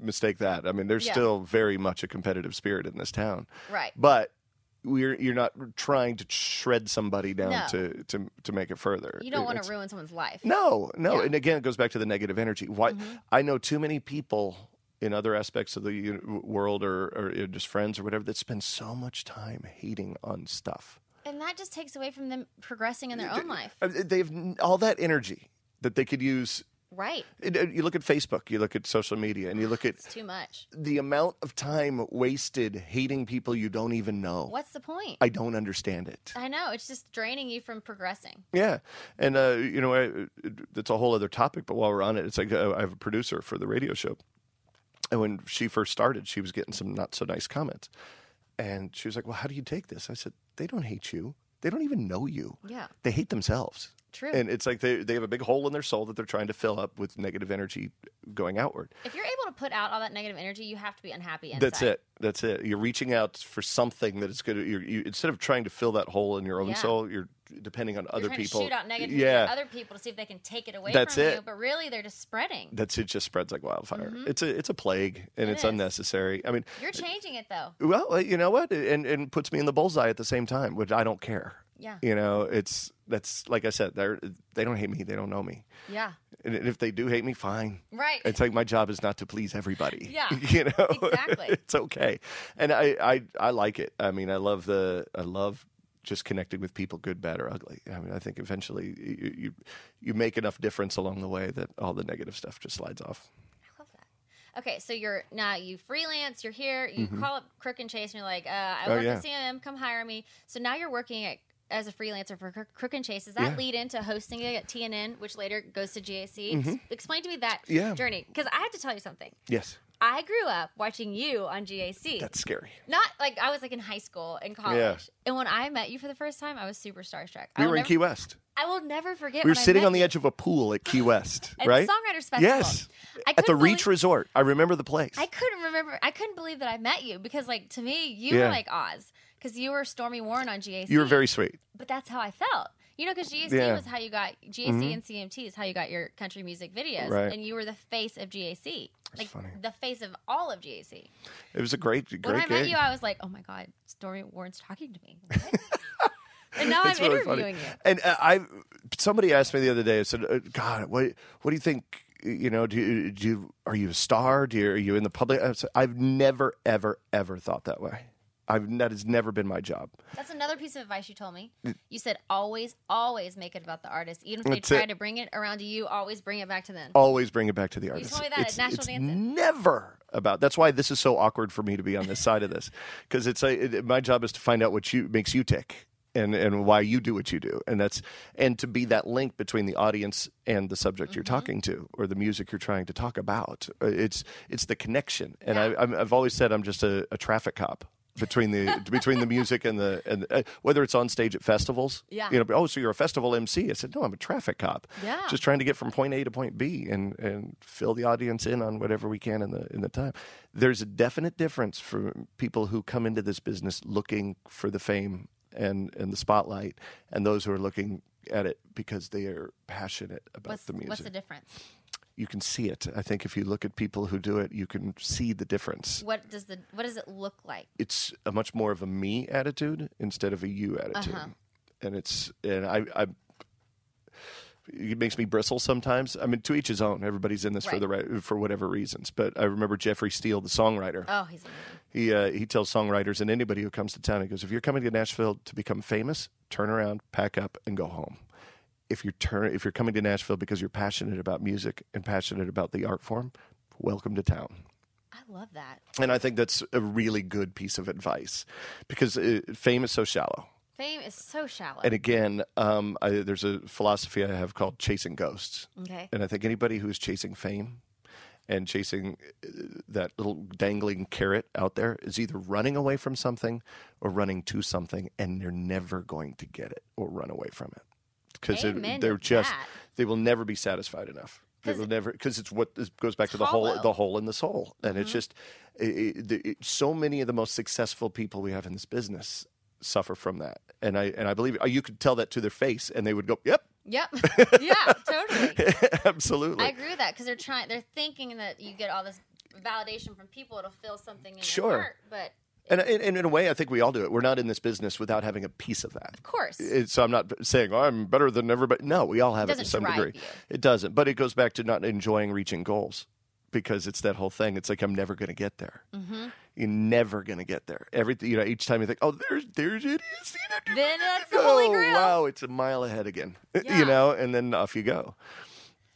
Speaker 3: mistake that. I mean, there's
Speaker 2: Yeah.
Speaker 3: still very much a competitive spirit in this town.
Speaker 2: Right.
Speaker 3: But we're you're not trying to shred somebody down
Speaker 2: No.
Speaker 3: to, to to make it further.
Speaker 2: You don't want
Speaker 3: It's-
Speaker 2: to ruin someone's life.
Speaker 3: No, no.
Speaker 2: Yeah. Mm-hmm.
Speaker 3: And again, it goes back to the negative energy. Why I know too many people in other aspects of the u- world or, or you know, just friends or whatever that spend so much time hating on stuff.
Speaker 2: And that just takes away from them progressing in their own life.
Speaker 3: Uh, They have n- all that energy that they could use.
Speaker 2: Right.
Speaker 3: And, uh, You look at Facebook, you look at social media, and you look at
Speaker 2: It's too much.
Speaker 3: the amount of time wasted hating people you don't even know.
Speaker 2: What's the point?
Speaker 3: I don't understand it.
Speaker 2: I know. It's just draining you from progressing.
Speaker 3: Yeah, and uh, you know I, that's a whole other topic. But while we're on it, it's like uh, I have a producer for the radio show, and when she first started, she was getting some not so nice comments, and she was like, "Well, how do you take this?" I said, "They don't hate you. They don't even know you.
Speaker 2: Yeah.
Speaker 3: they hate themselves."
Speaker 2: True.
Speaker 3: And it's like they they have a big hole in their soul that they're trying to fill up with negative energy going outward.
Speaker 2: If you're able to put out all that negative energy, you have to be unhappy inside.
Speaker 3: That's it. That's it. You're reaching out for something that is going to. You're, you, instead of trying to fill that hole in your own
Speaker 2: Yeah.
Speaker 3: soul, you're depending on
Speaker 2: You're
Speaker 3: other
Speaker 2: trying
Speaker 3: people.
Speaker 2: to shoot out negative
Speaker 3: yeah.
Speaker 2: at other people to see if they can take it away
Speaker 3: That's
Speaker 2: from you,
Speaker 3: it.
Speaker 2: but really they're just spreading.
Speaker 3: that's it just spreads like wildfire. It's a it's a plague and
Speaker 2: Mm-hmm. It
Speaker 3: it's
Speaker 2: is.
Speaker 3: unnecessary. I mean,
Speaker 2: You're changing it though.
Speaker 3: well, uh, you know what? And and puts me in the bullseye at the same time, which I don't care.
Speaker 2: Yeah.
Speaker 3: You know, it's that's like I said, they're they don't hate me, they don't know me.
Speaker 2: Yeah.
Speaker 3: And if they do hate me, fine.
Speaker 2: Right.
Speaker 3: It's like my job is not to please everybody.
Speaker 2: Yeah.
Speaker 3: You know?
Speaker 2: Exactly.
Speaker 3: it's okay. And I, I I like it. I mean, I love the I love just connecting with people, good, bad, or ugly. I mean, I think eventually you you, you make enough difference along the way that all the negative stuff just slides off.
Speaker 2: I love that. Okay, so you're now you freelance, you're here, you call up Crook and Chase and you're like, uh, I
Speaker 3: Mm-hmm. Oh,
Speaker 2: work
Speaker 3: yeah.
Speaker 2: at CM, come hire me. So now you're working at as a freelancer for Crook- Crook and Chase, does that
Speaker 3: Yeah.
Speaker 2: lead into hosting it at TNN, which later goes to GAC? Ex- Explain to me that
Speaker 3: Mm-hmm. Yeah.
Speaker 2: journey, because I have to tell you something.
Speaker 3: Yes.
Speaker 2: I grew up watching you on GAC.
Speaker 3: That's scary.
Speaker 2: Not like I was like in high school and college.
Speaker 3: Yeah.
Speaker 2: And when I met you for the first time, I was super starstruck. I
Speaker 3: We
Speaker 2: will
Speaker 3: were in
Speaker 2: never,
Speaker 3: Key West.
Speaker 2: I will never forget.
Speaker 3: We were
Speaker 2: when I
Speaker 3: sitting
Speaker 2: met
Speaker 3: on the
Speaker 2: you
Speaker 3: edge of a pool at Key West,
Speaker 2: at
Speaker 3: right?
Speaker 2: the Songwriters Festival.
Speaker 3: Yes.
Speaker 2: I
Speaker 3: At the
Speaker 2: couldn't believe-
Speaker 3: Reach Resort. I remember the place.
Speaker 2: I couldn't remember. I couldn't believe that I met you because, like, to me, you were
Speaker 3: Yeah.
Speaker 2: like Oz because you were Stormy Warren on GAC.
Speaker 3: you were very sweet.
Speaker 2: But that's how I felt. You know, because GAC
Speaker 3: Yeah. Mm-hmm.
Speaker 2: was how you got GAC and CMT is how you got your country music videos,
Speaker 3: Right.
Speaker 2: and you were the face of GAC, like
Speaker 3: funny.
Speaker 2: the face of all of GAC.
Speaker 3: It was a great, great
Speaker 2: when I
Speaker 3: gig.
Speaker 2: met you, I was like, "Oh my God, Stormy Warren's talking to me," What? and now
Speaker 3: It's
Speaker 2: I'm
Speaker 3: really funny.
Speaker 2: interviewing you.
Speaker 3: And uh, I, somebody asked me the other day. I said, uh, "God, what, what do you think? You know, do, you- do you, are you a star? Do you, are you in the public?" I said, I've never, ever, ever thought that way. I've that has never been my job.
Speaker 2: That's another piece of advice you told me. You said always, always make it about the artist. Even if they
Speaker 3: Mm. That's
Speaker 2: try
Speaker 3: it.
Speaker 2: to bring it around to you, always bring it back to them.
Speaker 3: Always bring it back to the artist.
Speaker 2: told me that at
Speaker 3: it's,
Speaker 2: National
Speaker 3: it's
Speaker 2: Dancing.
Speaker 3: never about. That's why this is so awkward for me to be on this side of this because it's a, it, my job is to find out what you makes you tick. And, and why you do what you do and that's and to be that link between the audience and the subject
Speaker 2: Mm-hmm.
Speaker 3: you're talking to or the music you're trying to talk about Uh, it's it's the connection and I, I'm, i've always said i'm just a, a traffic cop between the between the music and the and the, uh, whether it's on stage at festivals
Speaker 2: Yeah.
Speaker 3: you know oh so you're a festival mc i said no i'm a traffic cop
Speaker 2: Yeah.
Speaker 3: just trying to get from point A to point B and and fill the audience in on whatever we can in the in the time. There's a definite difference for people who come into this business looking for the fame and and the spotlight, and those who are looking at it because they are passionate about
Speaker 2: What's
Speaker 3: the music.
Speaker 2: what's the difference?
Speaker 3: you can see it. I think if you look at people who do it, you can see the difference.
Speaker 2: What does the what does it look like?
Speaker 3: It's a much more of a me attitude instead of a you attitude, and it's and I. I it makes me bristle sometimes. I mean, to each his own. Everybody's in this for
Speaker 2: Right.
Speaker 3: the right, for whatever reasons. But I remember Jeffrey Steele, the songwriter.
Speaker 2: Oh, he's amazing.
Speaker 3: He uh, he tells songwriters and anybody who comes to town, he goes, "If you're coming to Nashville to become famous, turn around, pack up, and go home. If you're turn if you're coming to Nashville because you're passionate about music and passionate about the art form, welcome to town."
Speaker 2: I love that.
Speaker 3: And I think that's a really good piece of advice because uh, fame is so shallow.
Speaker 2: Fame is so shallow.
Speaker 3: And again, um, I, there's a philosophy I have called chasing ghosts.
Speaker 2: Okay.
Speaker 3: And I think anybody who's chasing fame and chasing uh, that little dangling carrot out there is either running away from something or running to something, and they're never going to get it or run away from it because
Speaker 2: Amen
Speaker 3: they're,
Speaker 2: to
Speaker 3: they're just
Speaker 2: that.
Speaker 3: they will never be satisfied enough. They
Speaker 2: 'Cause-
Speaker 3: will never because it's what this goes back to the hole
Speaker 2: hollow.
Speaker 3: the hole in the soul, and
Speaker 2: Mm-hmm.
Speaker 3: it's just it, it, the- it- so many of the most successful people we have in this business suffer from that, and I and I believe it. you could tell that to their face, and they would go, "Yep,
Speaker 2: Yep. yeah, totally.
Speaker 3: absolutely."
Speaker 2: I agree with that because they're trying. They're thinking that you get all this validation from people. It'll fill something in
Speaker 3: Sure.
Speaker 2: your heart, but
Speaker 3: And in, in, in a way, I think we all do it. We're not in this business without having a piece of that.
Speaker 2: of course,
Speaker 3: It- so I'm not saying oh, I'm better than everybody. No, we all have it, to
Speaker 2: doesn't
Speaker 3: some
Speaker 2: drive
Speaker 3: degree.
Speaker 2: you.
Speaker 3: It doesn't, but it goes back to not enjoying reaching goals because it's that whole thing. It's like I'm never going to get there.
Speaker 2: Mm-hmm.
Speaker 3: You're never going to get there. Everything you know, each time you think, oh, there's there's it is. You know,
Speaker 2: then that's the holy
Speaker 3: oh
Speaker 2: grail.
Speaker 3: wow, it's a mile ahead again.
Speaker 2: Yeah.
Speaker 3: you know, and then off you go.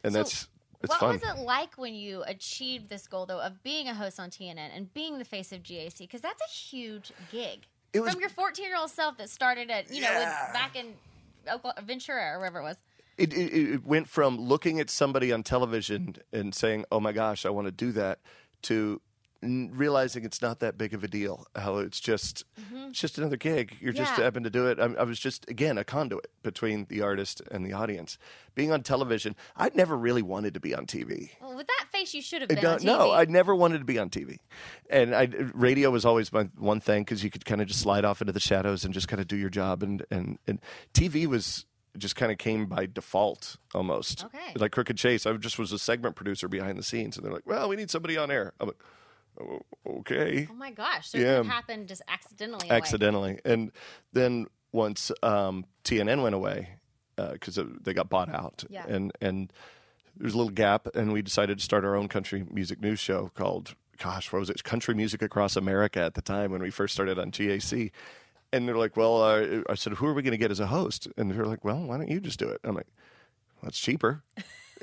Speaker 3: And
Speaker 2: So
Speaker 3: that's it's
Speaker 2: what
Speaker 3: fun.
Speaker 2: was it like when you achieved this goal though of being a host on TNN and being the face of GAC? Because that's a huge gig.
Speaker 3: It was-
Speaker 2: From your 14 year old self that started at you know
Speaker 3: Yeah.
Speaker 2: with, back in Oklahoma, Ventura or wherever it was.
Speaker 3: it, it, it went from looking at somebody on television and saying, "Oh my gosh, I want to do that," to n- realizing it's not that big of a deal. How it's just it's just another gig. You're just
Speaker 2: Yeah.
Speaker 3: happen to do it. I, I was just again a conduit between the artist and the audience. Being on television, I never really wanted to be on TV.
Speaker 2: Well, with that face, you should have
Speaker 3: I
Speaker 2: been on
Speaker 3: don't-
Speaker 2: TV.
Speaker 3: No, I never wanted to be on TV, and I radio was always my one thing because you could kind of just slide off into the shadows and just kind of do your job, and and and TV was just kind of came by default almost.
Speaker 2: Okay.
Speaker 3: Like Crooked Chase, I just was a segment producer behind the scenes, and they're like, "Well, we need somebody on air." I'm like, "Oh, "Okay."
Speaker 2: oh my gosh, so
Speaker 3: Yeah.
Speaker 2: it happened just accidentally. in a way.
Speaker 3: accidentally. And then once um, TNN went away because they got bought out,
Speaker 2: Yeah.
Speaker 3: and and there was a little gap, and we decided to start our own country music news show called Gosh, what was it? Country Music Across America at the time when we first started on GAC. And they're like, well, uh, I said, who are we going to get as a host? And they're like, well, why don't you just do it? I'm like, well, it's cheaper,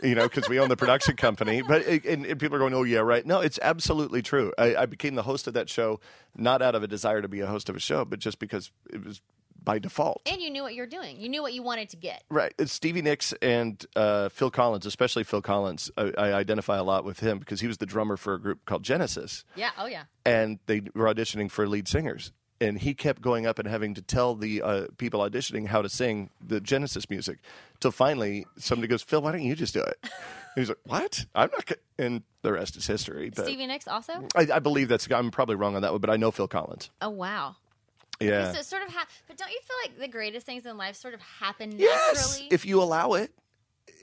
Speaker 3: you know, because we own the production company. But and, and people are going, oh yeah, right. No, it's absolutely true. I, I became the host of that show not out of a desire to be a host of a show, but just because it was by default.
Speaker 2: And you knew what you were doing. You knew what you wanted to get.
Speaker 3: Right. It's Stevie Nicks and uh, Phil Collins, especially Phil Collins. I, I identify a lot with him because he was the drummer for a group called Genesis
Speaker 2: Yeah. Oh yeah.
Speaker 3: and they were auditioning for lead singers. And he kept going up and having to tell the uh, people auditioning how to sing the Genesis music. Till finally, somebody goes, "Phil, why don't you just do it?" And he's like, "What? I'm not." Gonna... And the rest is history. But Mm.
Speaker 2: Stevie Nicks also.
Speaker 3: I, I believe that's. I'm probably wrong on that one, but I know Phil Collins.
Speaker 2: Oh wow.
Speaker 3: Yeah.
Speaker 2: So it sort of ha- but don't you feel like the greatest things in life sort of happen
Speaker 3: Yes,
Speaker 2: naturally?
Speaker 3: if you allow it,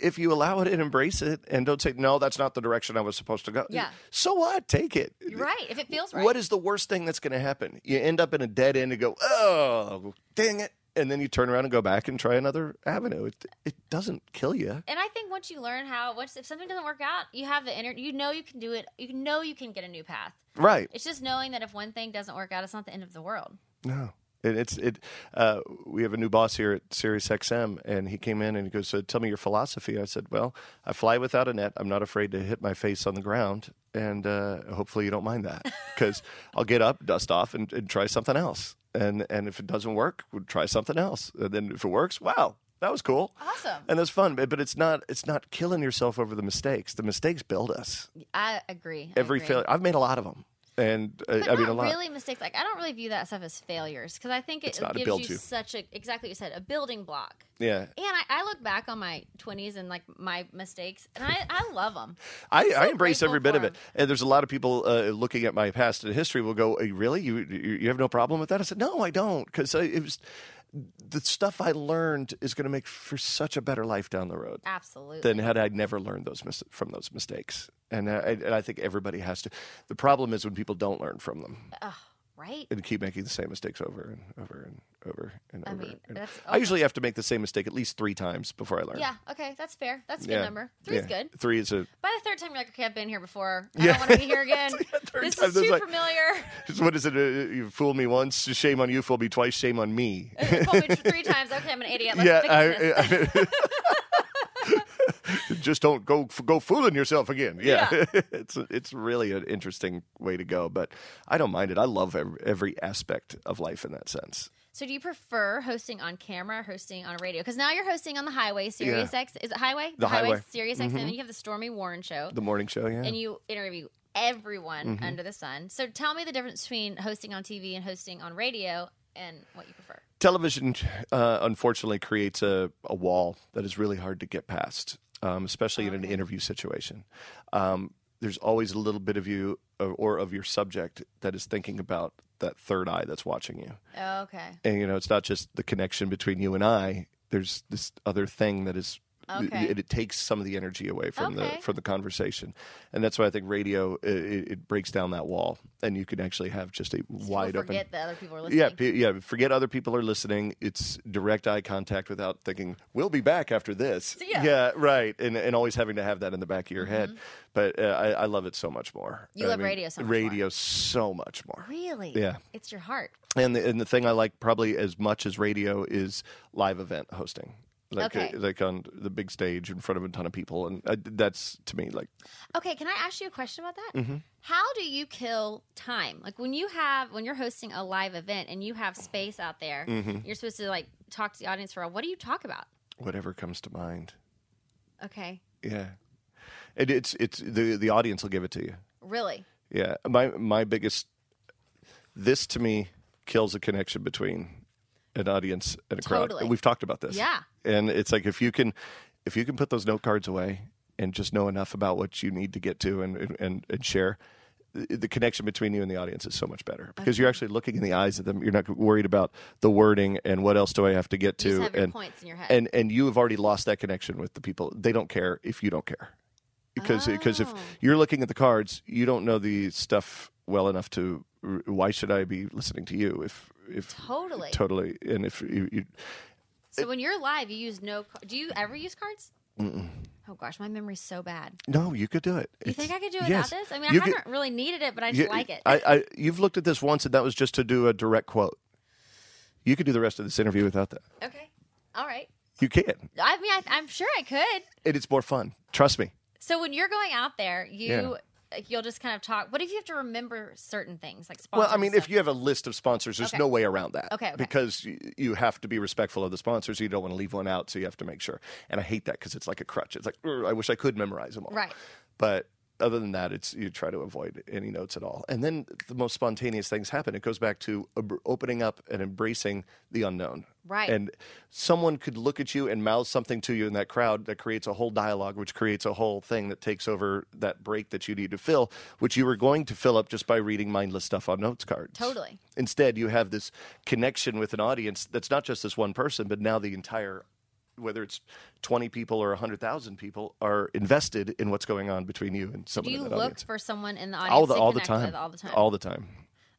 Speaker 3: if you allow it and embrace it, and don't say no, that's not the direction I was supposed to go.
Speaker 2: Yeah.
Speaker 3: So what? Take it.
Speaker 2: You're right. If it feels right.
Speaker 3: What is the worst thing that's going to happen? You end up in a dead end and go, oh, dang it. And then you turn around and go back and try another avenue. It, it doesn't kill you.
Speaker 2: and I think once you learn how, once if something doesn't work out, you have the inner, you know you can do it. You know you can get a new path.
Speaker 3: Right.
Speaker 2: It's just knowing that if one thing doesn't work out, it's not the end of the world.
Speaker 3: No. It, it's it. Uh, we have a new boss here at Sirius XM, and he came in and he goes, so "Tell me your philosophy." I said, "Well, I fly without a net. I'm not afraid to hit my face on the ground, and uh, hopefully you don't mind that, because I'll get up, dust off, and, and try something else. And and if it doesn't work, we'll try something else. And then if it works, wow, that was cool,
Speaker 2: Awesome.
Speaker 3: and that's fun. But, but it's not it's not killing yourself over the mistakes. The mistakes build us.
Speaker 2: I agree. I
Speaker 3: Every
Speaker 2: agree.
Speaker 3: failure, I've made a lot of them, and uh,
Speaker 2: But
Speaker 3: I
Speaker 2: not
Speaker 3: mean a lot.
Speaker 2: really mistakes. Like I don't really view that stuff as failures because I think it,
Speaker 3: not, it
Speaker 2: gives
Speaker 3: builds
Speaker 2: you
Speaker 3: you.
Speaker 2: such a exactly what you said a building block.
Speaker 3: Yeah,
Speaker 2: And I, I look back on my twenties and like my mistakes, and I, I love them.
Speaker 3: I, I
Speaker 2: so
Speaker 3: embrace every
Speaker 2: grateful
Speaker 3: bit of
Speaker 2: for
Speaker 3: it. And there's a lot of people uh, looking at my past and history will go, "Eh, "Really? You you you have no problem with that?" I said, "No, I don't," because it was the stuff I learned is going to make for such a better life down the road
Speaker 2: Absolutely.
Speaker 3: than had I never learned those mis- from those mistakes. And I, and I think everybody has to. The problem is when people don't learn from them
Speaker 2: right.
Speaker 3: and keep making the same mistakes over and over and over and
Speaker 2: I
Speaker 3: over.
Speaker 2: mean,
Speaker 3: and-
Speaker 2: that's
Speaker 3: I usually have to make the same mistake at least three times before I learn.
Speaker 2: Yeah. Okay. That's fair. That's a good
Speaker 3: Yeah.
Speaker 2: number. Three's
Speaker 3: Yeah.
Speaker 2: good.
Speaker 3: Three is a
Speaker 2: By the third time, you're like, okay, I've been here before. I
Speaker 3: Yeah.
Speaker 2: don't want to be here again.
Speaker 3: Third
Speaker 2: this
Speaker 3: time,
Speaker 2: is
Speaker 3: that's
Speaker 2: too
Speaker 3: like-
Speaker 2: familiar.
Speaker 3: what is it? Uh, you fool me once, shame on you. Fool me twice, shame on me.
Speaker 2: You told me three times. Okay, I'm an idiot. Let's
Speaker 3: yeah,
Speaker 2: fix this.
Speaker 3: I, I- just don't go go fooling yourself again. Yeah, it's it's really an interesting way to go, but I don't mind it. I love every, every aspect of life in that sense.
Speaker 2: So do you prefer hosting on camera, or hosting on radio? Because now you're hosting on the highway, Sirius X. Is it highway?
Speaker 3: The Highway.
Speaker 2: Sirius X, and then you have the Stormy Warren show,
Speaker 3: The morning show, yeah. Mm-hmm.
Speaker 2: and you interview everyone under the sun. So tell me the difference between hosting on TV and hosting on radio, and what you prefer.
Speaker 3: television uh, unfortunately creates a, a wall that is really hard to get past um, especially in an interview situation um, there's always a little bit of you or, or of your subject that is thinking about that third eye that's watching you
Speaker 2: Okay.
Speaker 3: and you know it's not just the connection between you and i there's this other thing that is
Speaker 2: Okay.
Speaker 3: it, it takes some of the energy away from
Speaker 2: Okay.
Speaker 3: the from the conversation and that's why i think radio it, it it breaks down that wall and you can actually have just a wide
Speaker 2: People
Speaker 3: open
Speaker 2: forget that other people are listening.
Speaker 3: yeah, pe- yeah. Forget other people are listening. It's direct eye contact without thinking. We'll be back after this.
Speaker 2: ya.
Speaker 3: right. And and always having to have that in the back of your head. But uh, I, I love it so much more.
Speaker 2: Mm-hmm. You
Speaker 3: I
Speaker 2: love radio so much more.
Speaker 3: radio so much more.
Speaker 2: Really?
Speaker 3: Yeah.
Speaker 2: It's your heart.
Speaker 3: And the, and the thing I like probably as much as radio is live event hosting. Like,
Speaker 2: Okay.
Speaker 3: uh, like on the big stage in front of a ton of people, and uh, that's to me like
Speaker 2: Okay, can I ask you a question about that?
Speaker 3: Mm-hmm.
Speaker 2: How do you kill time? Like when you have when you're hosting a live event and you have space out there,
Speaker 3: Mm-hmm.
Speaker 2: you're supposed to like talk to the audience for a while. What do you talk about?
Speaker 3: whatever comes to mind.
Speaker 2: Okay,
Speaker 3: Yeah, and it's it's the the audience will give it to you.
Speaker 2: really?
Speaker 3: Yeah, my my biggest this to me kills a connection between an audience and a crowd.
Speaker 2: Totally.
Speaker 3: And We've talked about this.
Speaker 2: Yeah.
Speaker 3: and it's like if you can if you can put those note cards away and just know enough about what you need to get to and and- and, and share. The the connection between you and the audience is so much better because you're actually looking in the eyes of them. You're not worried about the wording and what else do I have to get to.
Speaker 2: You just have your
Speaker 3: and
Speaker 2: points in your head.
Speaker 3: and and you have already lost that connection with the people. They don't care if you don't care, because because if
Speaker 2: Oh.
Speaker 3: you're looking at the cards, you don't know the stuff well enough to. Why should I be listening to you if if
Speaker 2: totally.
Speaker 3: totally and if you, you
Speaker 2: so when you're live, you use no. ca- Do you ever use cards? Oh gosh, my memory's so bad.
Speaker 3: no, you could do it.
Speaker 2: You think I could do without
Speaker 3: yes.
Speaker 2: this? I mean,
Speaker 3: You
Speaker 2: I
Speaker 3: could-
Speaker 2: haven't really needed it, but I just like it.
Speaker 3: I, I you've looked at this once, and that was just to do a direct quote. You could do the rest of this interview without that.
Speaker 2: okay, all right.
Speaker 3: You can,
Speaker 2: I mean, I, I'm sure I could.
Speaker 3: and it's more fun. Trust me.
Speaker 2: So when you're going out there, you
Speaker 3: Yeah.
Speaker 2: like, you'll just kind of talk. What if you have to remember certain things like sponsors?
Speaker 3: Well, I mean,
Speaker 2: and
Speaker 3: if you have a list of sponsors, there's
Speaker 2: Okay.
Speaker 3: no way around that.
Speaker 2: Okay, okay.
Speaker 3: Because you, you have to be respectful of the sponsors. You don't want to leave one out, so you have to make sure. And I hate that because it's like a crutch. It's like, "Ugh, I wish I could memorize them all.
Speaker 2: Right.
Speaker 3: But other than that, it's you try to avoid any notes at all. And then the most spontaneous things happen. It goes back to ob- opening up and embracing the unknown.
Speaker 2: Right.
Speaker 3: And someone could look at you and mouth something to you in that crowd that creates a whole dialogue, which creates a whole thing that takes over that break that you need to fill, which you were going to fill up just by reading mindless stuff on notes cards.
Speaker 2: Totally.
Speaker 3: Instead, you have this connection with an audience that's not just this one person, but now the entire, whether it's 20 people or 100,000 people, are invested in what's going on between you and
Speaker 2: stuff. Do
Speaker 3: someone
Speaker 2: you
Speaker 3: in that
Speaker 2: look
Speaker 3: audience.
Speaker 2: for someone in the audience
Speaker 3: all the,
Speaker 2: to
Speaker 3: all the
Speaker 2: connect
Speaker 3: time.
Speaker 2: with all the time?
Speaker 3: All the time.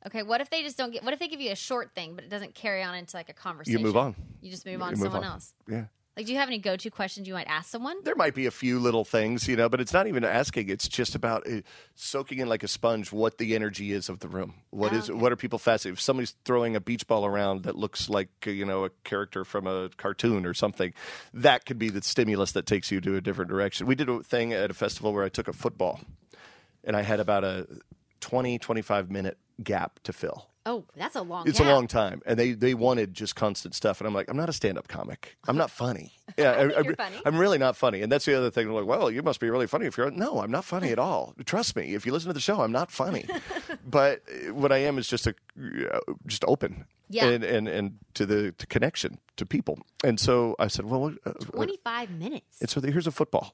Speaker 2: okay, what if they just don't get? What if they give you a short thing, but it doesn't carry on into like a conversation?
Speaker 3: You move on.
Speaker 2: You just move on
Speaker 3: You
Speaker 2: to
Speaker 3: move
Speaker 2: someone
Speaker 3: on.
Speaker 2: else.
Speaker 3: Yeah.
Speaker 2: Like, do you have any go-to questions you might ask someone?
Speaker 3: there might be a few little things, you know, but it's not even asking. It's just about uh, soaking in like a sponge what the energy is of the room. What is? What are people fascinated? If somebody's throwing a beach ball around that looks like uh, you know a character from a cartoon or something, that could be the stimulus that takes you to a different direction. We did a thing at a festival where I took a football, and I had about a 20, 25 minute gap to fill
Speaker 2: Oh, that's a long.
Speaker 3: it's
Speaker 2: gap.
Speaker 3: a long time and they they wanted just constant stuff and i'm like i'm not a stand-up comic i'm not funny yeah I,
Speaker 2: you're funny.
Speaker 3: am really not funny and that's the other thing I'm like well you must be really funny if you're no i'm not funny at all trust me if you listen to the show i'm not funny but uh, what i am is just a uh, just open
Speaker 2: Yeah.
Speaker 3: and and, and to the to connection to people and so i said well what, uh, uh,
Speaker 2: Twenty-five minutes.
Speaker 3: and so they- here's a football.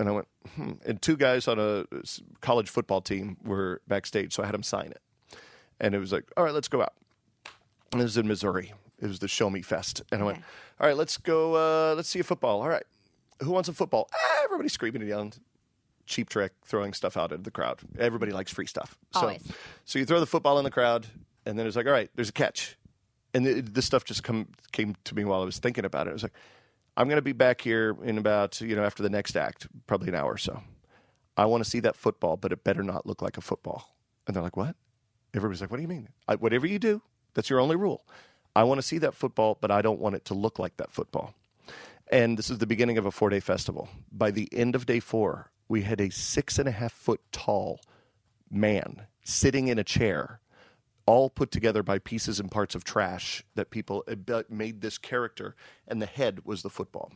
Speaker 3: And I went, hmm. And two guys on a s- college football team were backstage. So I had them sign it. And it was like, all right, let's go out. And this is in Missouri. It was the Show Me Fest. And I went,
Speaker 2: Okay.
Speaker 3: all right, let's go, uh, let's see a football. All right. Who wants a football? Ah, everybody screaming and yelling. Cheap trick, throwing stuff out into the crowd. Everybody likes free stuff.
Speaker 2: Always.
Speaker 3: So, so you throw the football in the crowd, and then it's like, all right, there's a catch. And th this stuff just come came to me while I was thinking about it. I was like, I'm going to be back here in about you know after the next act, probably an hour or so. I want to see that football, but it better not look like a football. And they're like, what? Everybody's like, what do you mean? I, whatever you do, that's your only rule. I want to see that football, but I don't want it to look like that football. And this is the beginning of a four day festival. By the end of day four, we had a six and a half foot tall man sitting in a chair all put together by pieces and parts of trash that people that made this character, and the head was the football.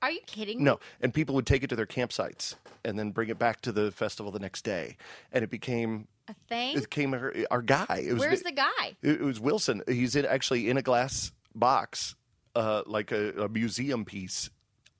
Speaker 2: Are you kidding? me?
Speaker 3: No, and people would take it to their campsites and then bring it back to the festival the next day, and it became
Speaker 2: A thing?
Speaker 3: it became our, our guy. It was
Speaker 2: Where's the guy?
Speaker 3: it was Wilson. He's in, actually in a glass box, uh, like a, a museum piece,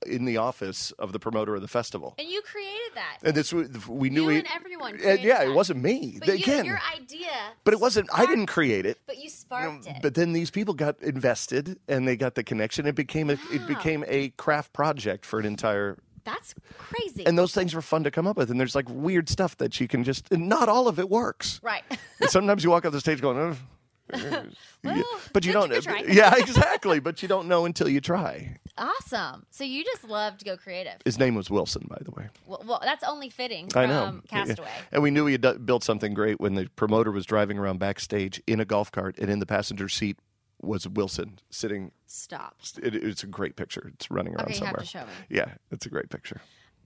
Speaker 3: in the office of the promoter of the festival.
Speaker 2: And you created that.
Speaker 3: And this we we knew
Speaker 2: you
Speaker 3: he,
Speaker 2: and everyone.
Speaker 3: and
Speaker 2: created
Speaker 3: E- yeah,
Speaker 2: that.
Speaker 3: it wasn't me
Speaker 2: But you,
Speaker 3: again.
Speaker 2: your idea.
Speaker 3: but it wasn't. I didn't create it.
Speaker 2: But you sparked it.
Speaker 3: But then these people got invested, and they got the connection. It became a, it became a craft project for an entire.
Speaker 2: That's crazy.
Speaker 3: And those things were fun to come up with. And there's like weird stuff that you can just. And not all of it works.
Speaker 2: right.
Speaker 3: And sometimes you walk off the stage going, "Ugh." Yeah. but you
Speaker 2: but
Speaker 3: don't.
Speaker 2: you could try.
Speaker 3: Yeah, exactly. But you don't know until you try.
Speaker 2: awesome. So you just love to go creative.
Speaker 3: His name was Wilson, by the way.
Speaker 2: Well, well that's only fitting
Speaker 3: I
Speaker 2: from
Speaker 3: know. Yeah.
Speaker 2: Um, Castaway.
Speaker 3: And we knew he had do- built something great when the promoter was driving around backstage in a golf cart, and in the passenger seat was Wilson sitting.
Speaker 2: Stop.
Speaker 3: It, it's a great picture. It's running around
Speaker 2: Okay, you
Speaker 3: somewhere.
Speaker 2: have to show me.
Speaker 3: Yeah, it's a great picture.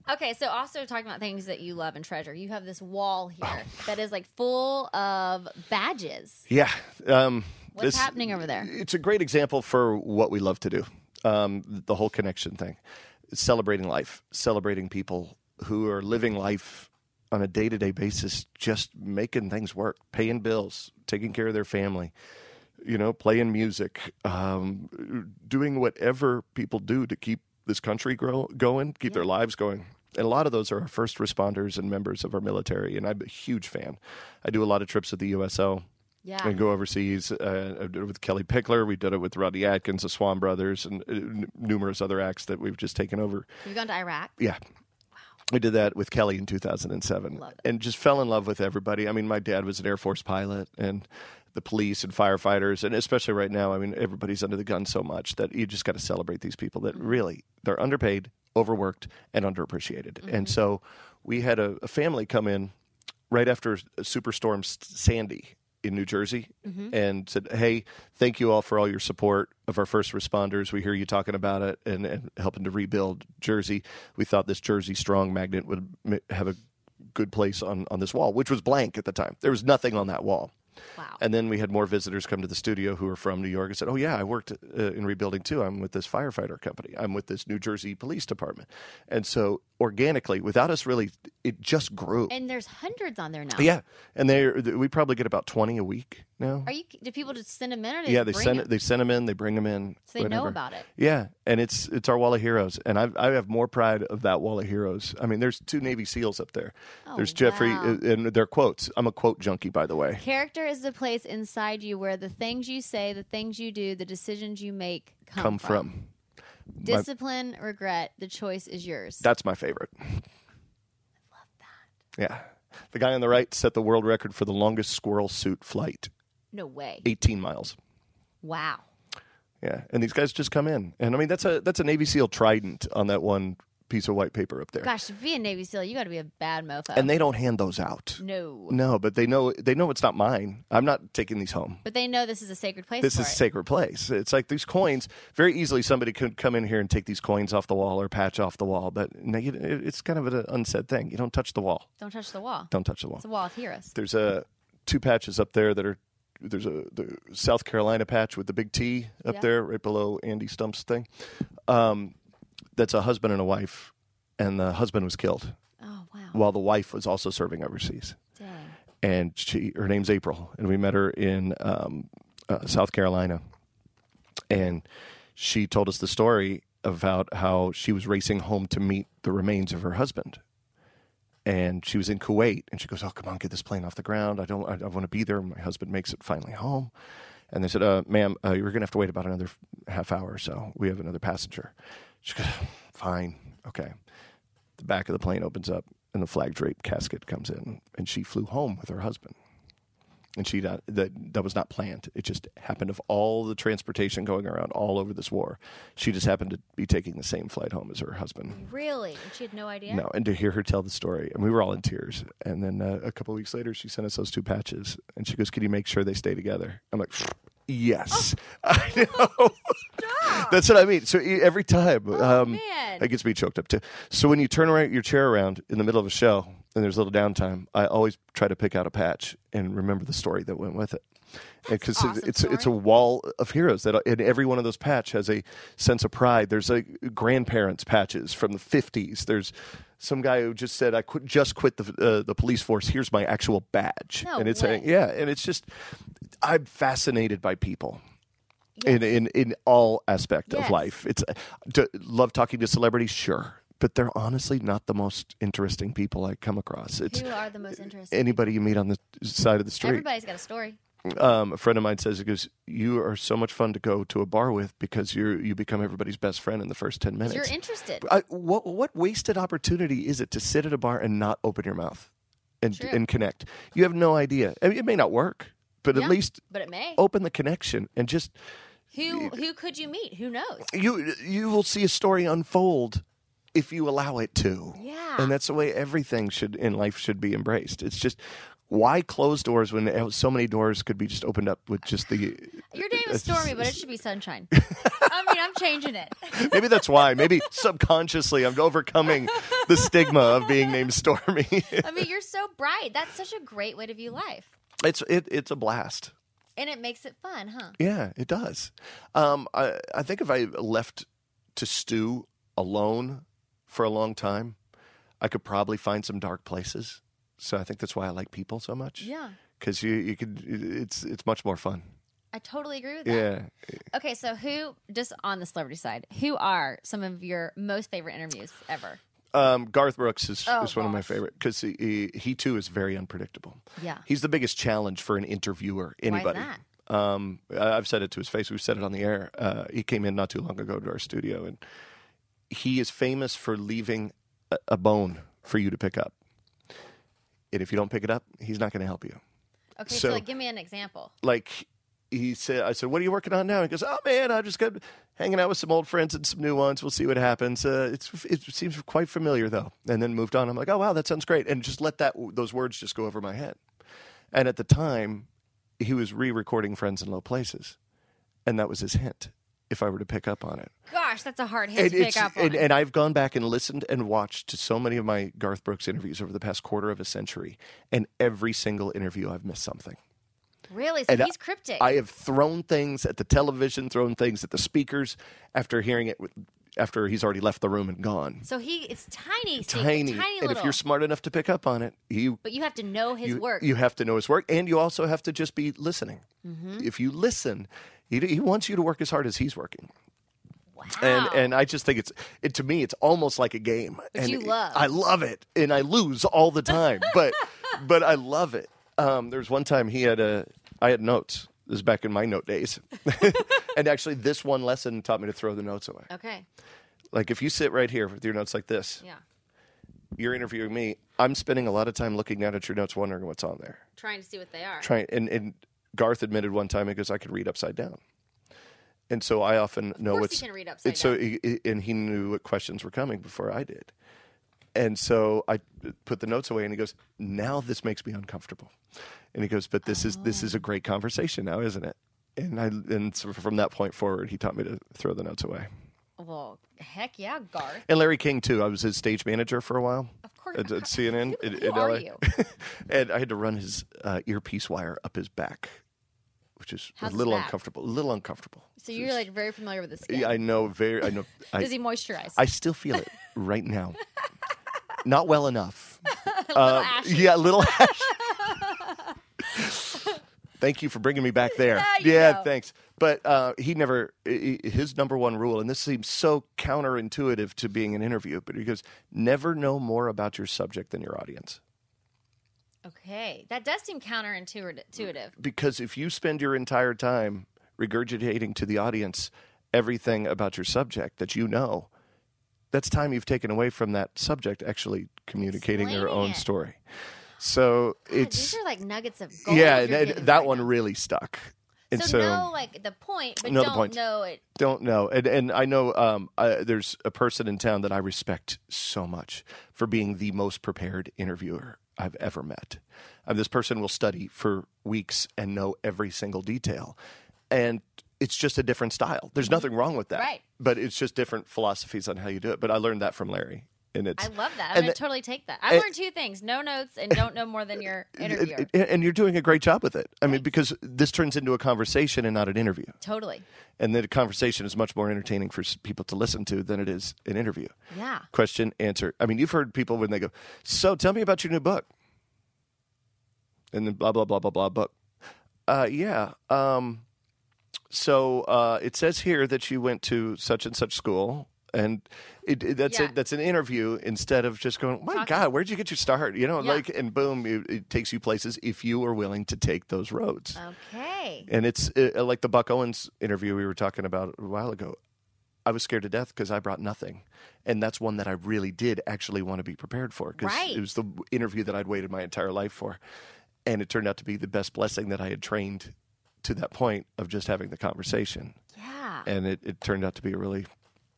Speaker 2: Okay, so also talking about things that you love and treasure, you have this wall here that is like full of badges.
Speaker 3: Yeah. Um,
Speaker 2: What's
Speaker 3: this-
Speaker 2: happening over there?
Speaker 3: It's a great example for what we love to do. Um, the whole connection thing, celebrating life, celebrating people who are living life on a day to day basis, just making things work, paying bills, taking care of their family, you know, playing music, um, doing whatever people do to keep this country grow, going, keep their lives going. And a lot of those are our first responders and members of our military. And I'm a huge fan. I do a lot of trips with the USO
Speaker 2: Yeah.
Speaker 3: and go overseas. Uh, I did it with Kelly Pickler. We did it with Rodney Atkins, the Swan Brothers, and uh, n- numerous other acts that we've just taken over.
Speaker 2: You've gone to Iraq.
Speaker 3: Yeah. We did that with Kelly in 2007
Speaker 2: Love it.
Speaker 3: and just fell in love with everybody. I mean, my dad was an Air Force pilot and the police and firefighters. And especially right now, I mean, everybody's under the gun so much that you just got to celebrate these people that really they're underpaid, overworked, and underappreciated. And so we had a, a family come in right after Superstorm S- Sandy in New Jersey and said, Hey, thank you all for all your support of our first responders. We hear you talking about it and, and helping to rebuild Jersey. We thought this Jersey Strong magnet would m- have a good place on, on this wall, which was blank at the time. There was nothing on that wall.
Speaker 2: Wow.
Speaker 3: And then we had more visitors come to the studio who were from New York and said, "Oh yeah, I worked uh, in rebuilding too. I'm with this firefighter company. I'm with this New Jersey Police Department." And so organically, without us really, it just grew.
Speaker 2: And there's hundreds on there now.
Speaker 3: Yeah, and they we probably get about twenty a week now.
Speaker 2: Are you? Do people just send them in? Or
Speaker 3: yeah, they
Speaker 2: bring
Speaker 3: send
Speaker 2: them?
Speaker 3: they send them in, they bring them in.
Speaker 2: So they know
Speaker 3: whatever.
Speaker 2: about it.
Speaker 3: Yeah, and it's it's our wall of heroes, and I I have more pride of that wall of heroes. I mean, there's two Navy SEALs up there. there's Jeffrey,
Speaker 2: Oh, wow.
Speaker 3: uh, and their quotes. I'm a quote junkie, by the way.
Speaker 2: Character is the place inside you where the things you say, the things you do, the decisions you make come,
Speaker 3: Come
Speaker 2: from.
Speaker 3: from.
Speaker 2: Discipline, regret, the choice is yours.
Speaker 3: That's my favorite. I love that. Yeah, the guy on the right set the world record for the longest squirrel suit flight,
Speaker 2: no way.
Speaker 3: 18 miles.
Speaker 2: Wow.
Speaker 3: Yeah, and these guys just come in, and I mean that's a that's a Navy SEAL trident on that one piece of white paper up there,
Speaker 2: Gosh, to be a Navy SEAL, you got to be a bad mofo.
Speaker 3: and they don't hand those out.
Speaker 2: no.
Speaker 3: No, but they know they know it's not mine. I'm not taking these home.
Speaker 2: But they know this is a sacred place.
Speaker 3: This
Speaker 2: for
Speaker 3: is a
Speaker 2: it.
Speaker 3: sacred place. It's like these coins. Very easily, somebody could come in here and take these coins off the wall or patch off the wall. But no, you- it- it's kind of an unsaid thing. You don't touch the wall.
Speaker 2: Don't touch the wall.
Speaker 3: Don't touch the wall.
Speaker 2: It's a wall of heroes.
Speaker 3: There's a two patches up there that are. There's a the South Carolina patch with the big T up
Speaker 2: Yeah.
Speaker 3: there, right below Andy Stump's thing. Um, that's a husband and a wife, and the husband was killed
Speaker 2: Oh wow.
Speaker 3: while the wife was also serving overseas
Speaker 2: Dang.
Speaker 3: and she her name's April, and we met her in um, uh, South Carolina, and she told us the story about how she was racing home to meet the remains of her husband, and she was in Kuwait, and she goes, "Oh, come on, get this plane off the ground. I don't, I, I want to be there. My husband makes it finally home." And they said, uh, "Ma'am, uh, you're going to have to wait about another half hour or so. We have another passenger." She goes, "Fine, okay." the back of the plane opens up and the flag draped casket comes in and she flew home with her husband and she not, that that was not planned it just happened of all the transportation going around all over this war she just happened to be taking the same flight home as her husband
Speaker 2: Really? And she had no idea.
Speaker 3: no and to hear her tell the story and we were all in tears and then uh, a couple weeks later she sent us those two patches and she goes can you make sure they stay together i'm like Yes, I know. That's what I mean. So e- every time, um,
Speaker 4: man.
Speaker 3: that gets me choked up too. So when you turn around your chair around in the middle of a show and there's a little downtime, I always try to pick out a patch and remember the story that went with it. Because
Speaker 4: awesome
Speaker 3: it's it's a wall of heroes that, and every one of those patch has a sense of pride. There's a grandparents patches from the 50s. There's some guy who just said, "I quit, just quit the uh, the police force. Here's my actual badge."
Speaker 2: No
Speaker 3: and it's
Speaker 2: way.
Speaker 3: a, yeah, and it's just I'm fascinated by people in, in in all aspect
Speaker 2: Yes.
Speaker 3: of life. It's to, love talking to celebrities, sure, but they're honestly not the most interesting people I come across. It's
Speaker 2: Who are the most interesting?
Speaker 3: anybody you meet on the side of the street.
Speaker 2: Everybody's got a story.
Speaker 3: Um, a friend of mine says he goes, "You are so much fun to go to a bar with because you you become everybody's best friend in the first ten minutes."
Speaker 2: You're interested.
Speaker 3: I, what what wasted opportunity is it to sit at a bar and not open your mouth and
Speaker 2: True.
Speaker 3: and connect? You have no idea. I mean, it may not work, but
Speaker 2: Yeah,
Speaker 3: at least
Speaker 2: but it may.
Speaker 3: open the connection and just
Speaker 2: Who who could you meet? Who knows?
Speaker 3: you you will see a story unfold if you allow it to.
Speaker 2: Yeah.
Speaker 3: And that's the way everything should in life should be embraced. It's just why close doors when so many doors could be just opened up with just the
Speaker 2: Your name is Stormy, but it should be Sunshine. I mean, I'm changing it.
Speaker 3: Maybe that's why. Maybe subconsciously I'm overcoming the stigma of being named Stormy.
Speaker 2: I mean, you're so bright. That's such a great way to view life.
Speaker 3: it's it, it's a blast.
Speaker 2: And it makes it fun, huh?
Speaker 3: Yeah, it does. Um, I, I think if I left to stew alone for a long time, I could probably find some dark places. So I think that's why I like people so much.
Speaker 2: Yeah.
Speaker 3: because you you could it's it's much more fun.
Speaker 2: I totally agree with that.
Speaker 3: Yeah.
Speaker 2: Okay, so who just on the celebrity side, who are some of your most favorite interviews ever?
Speaker 3: Um, Garth Brooks is,
Speaker 2: Oh,
Speaker 3: is one of my
Speaker 2: gosh.
Speaker 3: favorite because he, he he too is very unpredictable.
Speaker 2: Yeah.
Speaker 3: He's the biggest challenge for an interviewer. Anybody.
Speaker 2: that?
Speaker 3: Um, I- I've said it to his face. We've said it on the air. Uh, he came in not too long ago to our studio, and he is famous for leaving a, a bone for you to pick up. And if you don't pick it up, he's not going to help you.
Speaker 2: Okay, so,
Speaker 3: So-
Speaker 2: like, give me an example.
Speaker 3: like he said i said what are you working on now he goes oh man i just got hanging out with some old friends and some new ones we'll see what happens uh, it's, it seems quite familiar though and then moved on i'm like oh wow that sounds great and just let that those words just go over my head and at the time he was re-recording friends in low places and that was his hint if i were to pick up on it
Speaker 2: Gosh, that's a hard hit
Speaker 3: and,
Speaker 2: to pick
Speaker 3: it's-
Speaker 2: up on.
Speaker 3: and, and I've gone back and listened and watched to so many of my Garth Brooks interviews over the past quarter of a century, and every single interview I've missed something.
Speaker 2: really? So
Speaker 3: and I-
Speaker 2: he's cryptic.
Speaker 3: I have thrown things at the television, thrown things at the speakers after hearing it with- after he's already left the room and gone.
Speaker 2: so he is tiny, secret, tiny
Speaker 3: Tiny. and
Speaker 2: little.
Speaker 3: if you're smart enough to pick up on it, you
Speaker 2: but you have to know his
Speaker 3: you,
Speaker 2: work.
Speaker 3: you have to know his work and you also have to just be listening.
Speaker 2: Mm-hmm.
Speaker 3: If you listen, he, he wants you to work as hard as he's working.
Speaker 2: wow.
Speaker 3: And and I just think it's it to me it's almost like a game. and
Speaker 2: you
Speaker 3: it-
Speaker 2: love.
Speaker 3: I love it, and I lose all the time, but but I love it. Um, there was one time he had a I had notes. This is back in my note days, and actually this one lesson taught me to throw the notes away.
Speaker 2: okay.
Speaker 3: Like if you sit right here with your notes like this,
Speaker 2: Oh. Yeah.
Speaker 3: you're interviewing me. I'm spending a lot of time looking down at your notes, wondering what's on there.
Speaker 2: Trying to see what they are.
Speaker 3: Trying and and Garth admitted one time he goes, I could read upside down. And so I often know
Speaker 2: course
Speaker 3: what's
Speaker 2: he can read upside
Speaker 3: and so he- he- and he knew what questions were coming before I did. And so I put the notes away and he goes, "Now this makes me uncomfortable." And he goes, "But this is this
Speaker 2: Oh.
Speaker 3: is a great conversation now, isn't it?" And I and so from that point forward, he taught me to throw the notes away.
Speaker 2: well, heck yeah, Garth.
Speaker 3: And Larry King too. I was his stage manager for a while.
Speaker 2: Of course.
Speaker 3: At, at CNN
Speaker 2: Who-
Speaker 3: in,
Speaker 2: who
Speaker 3: in
Speaker 2: are
Speaker 3: LA.
Speaker 2: you?
Speaker 3: and I had to run his uh, earpiece wire up his back, which is
Speaker 2: How's
Speaker 3: a
Speaker 2: his
Speaker 3: little
Speaker 2: back?
Speaker 3: uncomfortable. A little uncomfortable.
Speaker 2: So you're like very familiar with this.
Speaker 3: Yeah, I know very. I know. I,
Speaker 2: Does he moisturize?
Speaker 3: I still feel it right now. Not well enough.
Speaker 2: little
Speaker 3: Uh,
Speaker 2: ashy.
Speaker 3: yeah, a little ash. Thank you for bringing me back there.
Speaker 2: Yeah, you
Speaker 3: yeah,
Speaker 2: know.
Speaker 3: thanks. But uh, he never, i- i- his number one rule, and this seems so counterintuitive to being an interview, but he goes, never know more about your subject than your audience.
Speaker 2: Okay, that does seem counterintuitive.
Speaker 3: Because if you spend your entire time regurgitating to the audience everything about your subject that you know, that's time you've taken away from that subject actually communicating their
Speaker 2: Explaining
Speaker 3: own
Speaker 2: it.
Speaker 3: story. So
Speaker 2: God,
Speaker 3: it's
Speaker 2: these are like nuggets of gold.
Speaker 3: yeah,
Speaker 2: you're
Speaker 3: and- and
Speaker 2: giving
Speaker 3: that
Speaker 2: right
Speaker 3: one
Speaker 2: now.
Speaker 3: really stuck. And
Speaker 2: so,
Speaker 3: so,
Speaker 2: know like the point, but
Speaker 3: Know the
Speaker 2: don't
Speaker 3: point.
Speaker 2: know it.
Speaker 3: don't know, and and I know um, I, there's a person in town that I respect so much for being the most prepared interviewer I've ever met. Um, this person will study for weeks and know every single detail, and it's just a different style. There's nothing wrong with that,
Speaker 2: Mm-hmm. Right.
Speaker 3: But it's just different philosophies on how you do it. But I learned that from Larry, and it's
Speaker 2: I love that. I'm
Speaker 3: and
Speaker 2: gonna
Speaker 3: the-
Speaker 2: totally take that. I
Speaker 3: and-
Speaker 2: learned two things: no notes and don't know more than your interviewer.
Speaker 3: and- and you're doing a great job with it. I mean, because this turns into a conversation and not an interview.
Speaker 2: totally.
Speaker 3: and then a conversation is much more entertaining for s- people to listen to than it is an interview.
Speaker 2: Yeah.
Speaker 3: Question, answer. I mean, you've heard people when they go, "So, tell me about your new book," and then blah blah blah blah blah book. Uh, yeah. Um, so uh, it says here that you went to such and such school, and it, it- that's
Speaker 2: Yeah.
Speaker 3: it. That's an interview instead of just going, "My
Speaker 2: Talking.
Speaker 3: God, where'd you get your start?" You know,
Speaker 2: Yeah.
Speaker 3: like, and boom, it, it takes you places if you are willing to take those roads.
Speaker 2: Okay.
Speaker 3: And it's uh, like the Buck Owens interview we were talking about a while ago. I was scared to death because I brought nothing. And that's one that I really did actually want to be prepared for because
Speaker 2: Right.
Speaker 3: it was the interview that I'd waited my entire life for. And it turned out to be the best blessing that I had trained to that point of just having the conversation.
Speaker 2: Yeah.
Speaker 3: And it, it turned out to be a really,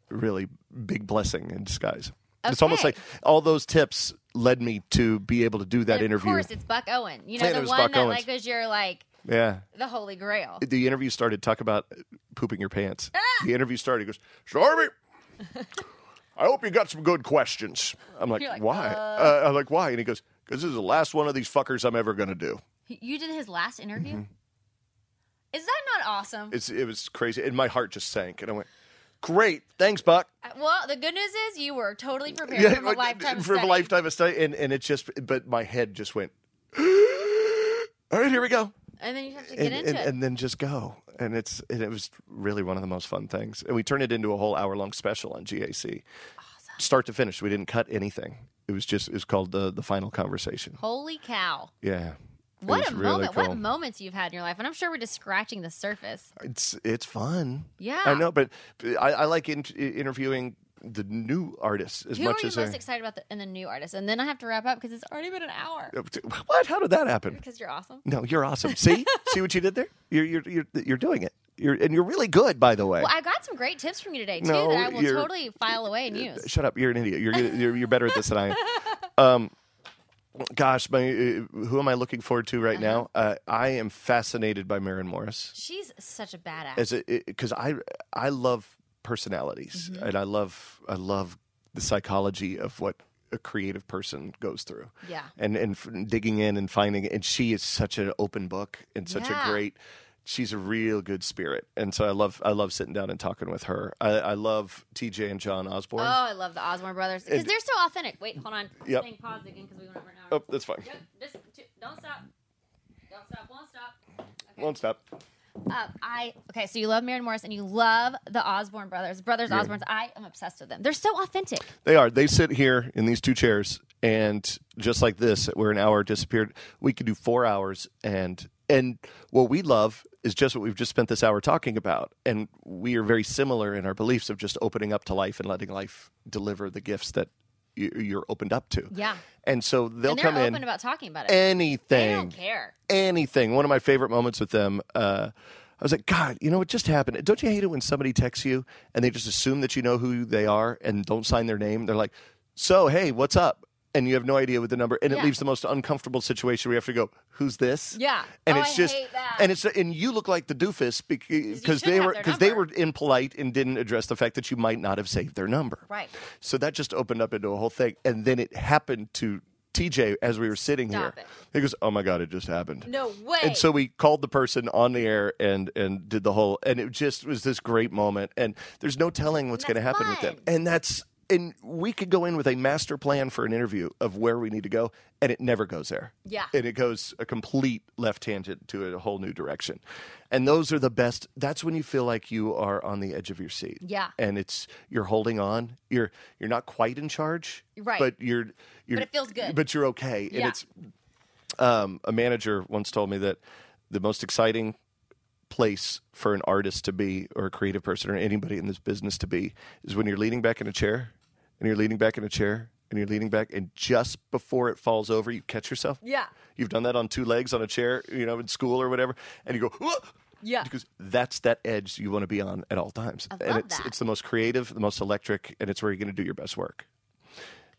Speaker 3: really big blessing in disguise. It's almost
Speaker 2: Okay.
Speaker 3: like all those tips led me to be able to do that
Speaker 2: And
Speaker 3: interview.
Speaker 2: Of course, it's Buck Owen. You know
Speaker 3: And it
Speaker 2: the
Speaker 3: was
Speaker 2: one
Speaker 3: Buck
Speaker 2: that like
Speaker 3: Owens.
Speaker 2: was your like
Speaker 3: yeah.
Speaker 2: the holy grail.
Speaker 3: the interview started talk about pooping your pants.
Speaker 2: Ah!
Speaker 3: The interview started. He goes, Stormy, I hope you got some good questions. I'm like,
Speaker 2: You're like,
Speaker 3: why? Uh, I'm like, why? And he goes, because this is the last one of these fuckers I'm ever going to do.
Speaker 2: You did his last interview. Is that not awesome?
Speaker 3: Mm-hmm. It's it was crazy, and my heart just sank, and I went, great, thanks, Buck.
Speaker 2: well, the good news is you were totally prepared for a
Speaker 3: like,
Speaker 2: lifetime. of
Speaker 3: for a
Speaker 2: study.
Speaker 3: lifetime of study, and and it just, but my head just went. All right, here we go.
Speaker 2: and then you have to get
Speaker 3: and,
Speaker 2: into
Speaker 3: and,
Speaker 2: it.
Speaker 3: and then just go. And it's and it was really one of the most fun things. And we turned it into a whole hour long special on GAC, start to finish. We didn't cut anything. It was just it was called the the final conversation.
Speaker 2: Holy cow!
Speaker 3: Yeah, It
Speaker 2: What
Speaker 3: was
Speaker 2: a
Speaker 3: really
Speaker 2: moment!
Speaker 3: cool.
Speaker 2: What moments you've had in your life, and I'm sure we're just scratching the surface.
Speaker 3: It's it's fun.
Speaker 2: Yeah.
Speaker 3: I know, but I, I like in, interviewing the new artists as
Speaker 2: Who
Speaker 3: much
Speaker 2: are you
Speaker 3: as
Speaker 2: most
Speaker 3: I.
Speaker 2: excited about the, in the new artist? And then I have to wrap up because it's already been an hour.
Speaker 3: Oh, What? How did that happen?
Speaker 2: Because you're awesome.
Speaker 3: No, you're awesome. See, see what you did there. You're you're you're, you're doing it. You're and you're really good, by the way.
Speaker 2: Well, I got some great tips from you today too
Speaker 3: No,
Speaker 2: that I will
Speaker 3: you're-
Speaker 2: totally file away and use.
Speaker 3: Shut up! You're an idiot. You're you're, you're better at this than I am. Um, gosh, my uh, who am I looking forward to right now?
Speaker 2: Uh-huh.
Speaker 3: Uh, I am fascinated by Marin Morris
Speaker 2: She's such a badass.
Speaker 3: as because I I love personalities
Speaker 2: Mm-hmm.
Speaker 3: and I love I love the psychology of what a creative person goes through.
Speaker 2: Yeah.
Speaker 3: and and f- digging in and finding and she is such an open book and such
Speaker 2: Yeah.
Speaker 3: a great. She's a real good spirit, and so I love I love sitting down and talking with her. I, I love TJ and John Osborne.
Speaker 2: Oh, I love the Osborne brothers because
Speaker 3: And-
Speaker 2: they're so authentic. Wait, hold on. This
Speaker 3: Yep.
Speaker 2: Thing paused again because we went over an hour.
Speaker 3: Oh, that's fine.
Speaker 2: Yep, just t- don't stop. Don't stop. Won't stop. Okay.
Speaker 3: Won't stop.
Speaker 2: Uh, I okay. So you love Maren Morris and you love the Osborne brothers, brothers Osbornes. I am obsessed with them. They're so authentic.
Speaker 3: They are. They sit here in these two chairs, and just like this, where an hour disappeared, we could do four hours. And and what we love is just what we've just spent this hour talking about. And we are very similar in our beliefs of just opening up to life and letting life deliver the gifts that you- you're opened up to.
Speaker 2: Yeah.
Speaker 3: And so they'll
Speaker 2: and they're
Speaker 3: come
Speaker 2: open
Speaker 3: in.
Speaker 2: about talking about it.
Speaker 3: anything
Speaker 2: They don't care.
Speaker 3: anything. One of my favorite moments with them. Uh, I was like, God, you know what just happened? Don't you hate it when somebody texts you and they just assume that you know who they are and don't sign their name? They're like, So, hey, what's up? And you have no idea what the number, and
Speaker 2: Yeah.
Speaker 3: it leaves the most uncomfortable situation where you have to go, "Who's this?"
Speaker 2: Yeah.
Speaker 3: and
Speaker 2: Oh,
Speaker 3: it's
Speaker 2: I
Speaker 3: just,
Speaker 2: hate that.
Speaker 3: and it's, and you look like the doofus because
Speaker 2: should
Speaker 3: they
Speaker 2: have
Speaker 3: were
Speaker 2: their
Speaker 3: because they
Speaker 2: number.
Speaker 3: were impolite and didn't address the fact that you might not have saved their number.
Speaker 2: Right.
Speaker 3: So that just opened up into a whole thing, and then it happened to TJ as we were sitting
Speaker 2: Stop
Speaker 3: here.
Speaker 2: it.
Speaker 3: He goes, "Oh my god, it just happened."
Speaker 2: No way.
Speaker 3: And so we called the person on the air and and did the whole and it just was this great moment and there's no telling what's
Speaker 2: And
Speaker 3: going to
Speaker 2: that's
Speaker 3: happen with them.
Speaker 2: fun.
Speaker 3: And that's and we could go in with a master plan for an interview of where we need to go and it never goes there.
Speaker 2: Yeah.
Speaker 3: And it goes a complete left tangent to a whole new direction. And those are the best that's when you feel like you are on the edge of your seat.
Speaker 2: Yeah.
Speaker 3: And it's you're holding on. You're you're not quite in charge.
Speaker 2: Right.
Speaker 3: But you're you're
Speaker 2: But it feels good.
Speaker 3: But you're okay. And
Speaker 2: Yeah.
Speaker 3: it's um, a manager once told me that the most exciting place for an artist to be or a creative person or anybody in this business to be is when you're leaning back in a chair and you're leaning back in a chair and you're leaning back and just before it falls over you catch yourself
Speaker 2: Yeah.
Speaker 3: you've done that on two legs on a chair you know in school or whatever and you go "Whoa!"
Speaker 2: Yeah.
Speaker 3: because that's that edge you want to be on at all times
Speaker 2: I
Speaker 3: and
Speaker 2: love
Speaker 3: it's
Speaker 2: that.
Speaker 3: it's the most creative the most electric and it's where you're going to do your best work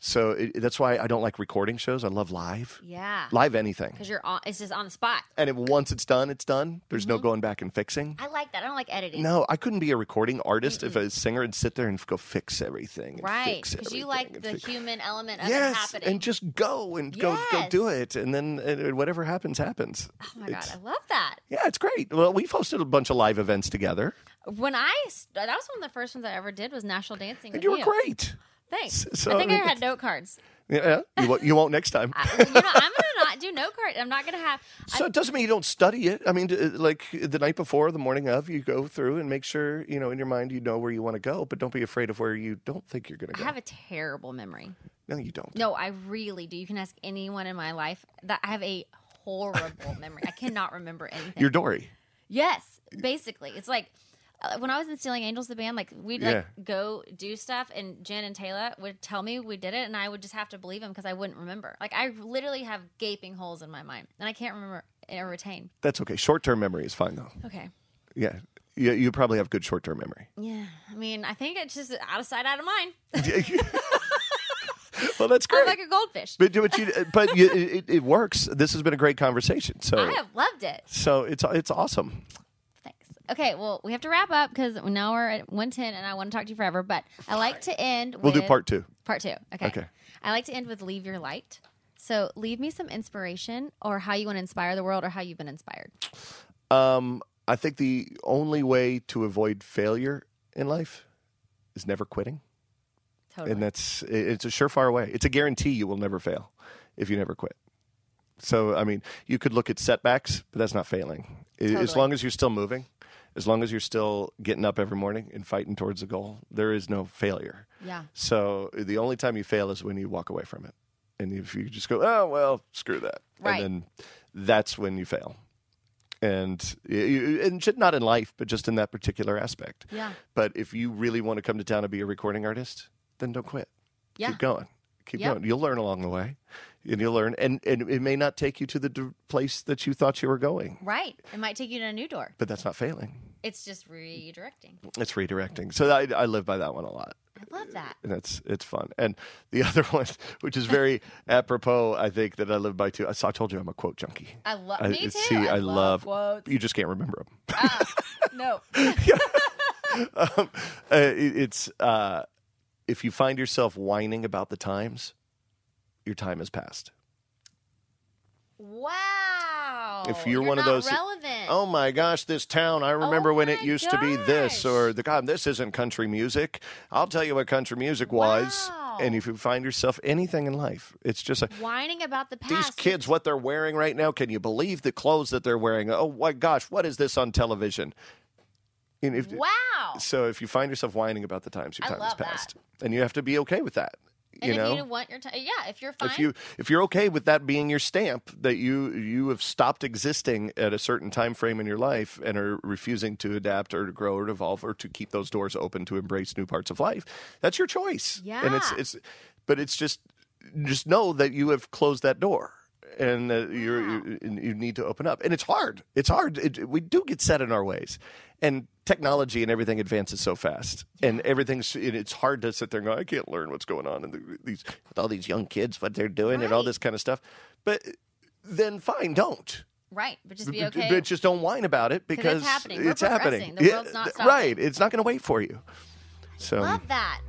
Speaker 3: So it, that's why I don't like recording shows. I love live,
Speaker 2: Yeah.
Speaker 3: live anything.
Speaker 2: Because you're on, it's just on the spot.
Speaker 3: And if once it's done, it's done. There's no going back and fixing.
Speaker 2: Mm-hmm. I like that. I don't like editing.
Speaker 3: No, I couldn't be a recording artist if a singer would sit there and go fix everything. and
Speaker 2: Right.
Speaker 3: fix
Speaker 2: Because you
Speaker 3: everything
Speaker 2: like
Speaker 3: and
Speaker 2: the
Speaker 3: fix-
Speaker 2: human element of it
Speaker 3: Yes,
Speaker 2: happening.
Speaker 3: and just go and go go
Speaker 2: Yes.
Speaker 3: do it, and then uh, whatever happens happens.
Speaker 2: oh my God. I love that.
Speaker 3: Yeah, it's great. Well, we've hosted a bunch of live events together,
Speaker 2: When I, st- that was one of the first ones I ever did was National Dancing. with
Speaker 3: and you were great.
Speaker 2: Thanks.
Speaker 3: So,
Speaker 2: I think
Speaker 3: I
Speaker 2: I,
Speaker 3: mean,
Speaker 2: had note cards.
Speaker 3: Yeah, you, won't- you won't next time.
Speaker 2: I, you know, I'm gonna not do note cards. I'm not gonna have. I-
Speaker 3: So it doesn't mean you don't study it. I mean, d- uh, like the night before, the morning of, you go through and make sure you know in your mind you know where you want to go, but don't be afraid of where you don't think you're going to
Speaker 2: I
Speaker 3: go.
Speaker 2: have a terrible memory.
Speaker 3: no, you don't.
Speaker 2: No, I really do. You can ask anyone in my life that I have a horrible memory. I cannot remember anything.
Speaker 3: You're Dory.
Speaker 2: yes, basically, it's like uh, when I was in Stealing Angels, the band. Like we'd
Speaker 3: Yeah.
Speaker 2: like go do stuff, and Jen and Taylor would tell me we did it, and I would just have to believe them because I wouldn't remember. Like I literally have gaping holes in my mind, and I can't remember eh, or retain.
Speaker 3: That's okay. Short term memory is fine though.
Speaker 2: Okay.
Speaker 3: Yeah, you, you probably have good short term memory.
Speaker 2: Yeah, I mean, I think it's just out of sight, out of mind.
Speaker 3: well, that's
Speaker 2: I'm like
Speaker 3: great.
Speaker 2: a goldfish.
Speaker 3: but but you uh, but you, it, it works. This has been a great conversation. So
Speaker 2: I have loved it.
Speaker 3: so it's it's awesome.
Speaker 2: Thanks. Okay, well, we have to wrap up because now we're at 110 and I want to talk to you forever, but I like to end
Speaker 3: We'll do
Speaker 2: with-
Speaker 3: part two.
Speaker 2: Part two. Okay.
Speaker 3: Okay.
Speaker 2: I like to end with leave your light. So leave me some inspiration or how you want to inspire the world or how you've been inspired.
Speaker 3: Um, I think the only way to avoid failure in life is never quitting.
Speaker 2: Totally.
Speaker 3: and that's it- it's a surefire way. It's a guarantee you will never fail if you never quit. So I mean, you could look at setbacks, but that's not failing. I- As
Speaker 2: Totally.
Speaker 3: long as you're still moving, as long as you're still getting up every morning and fighting towards the goal, there is no failure.
Speaker 2: yeah.
Speaker 3: So the only time you fail is when you walk away from it, and if you just go, oh well, screw that,
Speaker 2: Right.
Speaker 3: and then that's when you fail. And y- y- and ju- not in life, but just in that particular aspect.
Speaker 2: Yeah.
Speaker 3: But if you really want to come to town and be a recording artist, then don't quit.
Speaker 2: Yeah.
Speaker 3: Keep going. Keep
Speaker 2: Yep.
Speaker 3: going. You'll learn along the way. And you'll learn. And, and it may not take you to the d- place that you thought you were going,
Speaker 2: Right. It might take you to a new door.
Speaker 3: but that's not failing.
Speaker 2: It's just redirecting.
Speaker 3: It's redirecting. So I, I live by that one a lot.
Speaker 2: I love that.
Speaker 3: And it's it's fun. And the other one, which is very apropos, I think, that I live by too. So I told you I'm a quote junkie.
Speaker 2: I love
Speaker 3: I-
Speaker 2: me too.
Speaker 3: see, I love-
Speaker 2: quotes.
Speaker 3: You just can't remember them.
Speaker 2: no.
Speaker 3: um, uh, it- it's uh, if you find yourself whining about the times, your time has passed.
Speaker 2: Wow.
Speaker 3: If you're one of
Speaker 2: not
Speaker 3: those-
Speaker 2: relevant.
Speaker 3: Oh my gosh, this town! I remember when it
Speaker 2: Oh my
Speaker 3: used to be this,
Speaker 2: gosh.
Speaker 3: or the God, this isn't country music. I'll tell you what country music was.
Speaker 2: Wow.
Speaker 3: And if you find yourself anything in life, it's just like
Speaker 2: whining about the
Speaker 3: these
Speaker 2: past.
Speaker 3: kids, what they're wearing right now. Can you believe the clothes that they're wearing? Oh my gosh, what is this on television? And if,
Speaker 2: Wow.
Speaker 3: So if you find yourself whining about the times, your
Speaker 2: I
Speaker 3: time has
Speaker 2: love that.
Speaker 3: passed, and you have to be okay with that.
Speaker 2: And
Speaker 3: you
Speaker 2: if
Speaker 3: know,
Speaker 2: you want your time, yeah, if you're fine,
Speaker 3: if you if you're okay with that being your stamp that you you have stopped existing at a certain time frame in your life and are refusing to adapt or to grow or to evolve or to keep those doors open to embrace new parts of life that's your choice and it's
Speaker 2: Yeah.
Speaker 3: it's but it's just just know that you have closed that door and uh, you're, you you need to open up and it's hard it's hard it, we do get set in our ways and technology and everything advances so fast and everything's and it's hard to sit there and go i can't learn what's going on in the, these with all these young kids what they're doing and all
Speaker 2: Right.
Speaker 3: this kind of stuff but then fine don't
Speaker 2: right, but just be
Speaker 3: but,
Speaker 2: okay.
Speaker 3: but just don't whine about it because
Speaker 2: happening. We're
Speaker 3: it's happening.
Speaker 2: progressing. The world's not stopping.
Speaker 3: right it's not going to wait for you so
Speaker 2: Love that.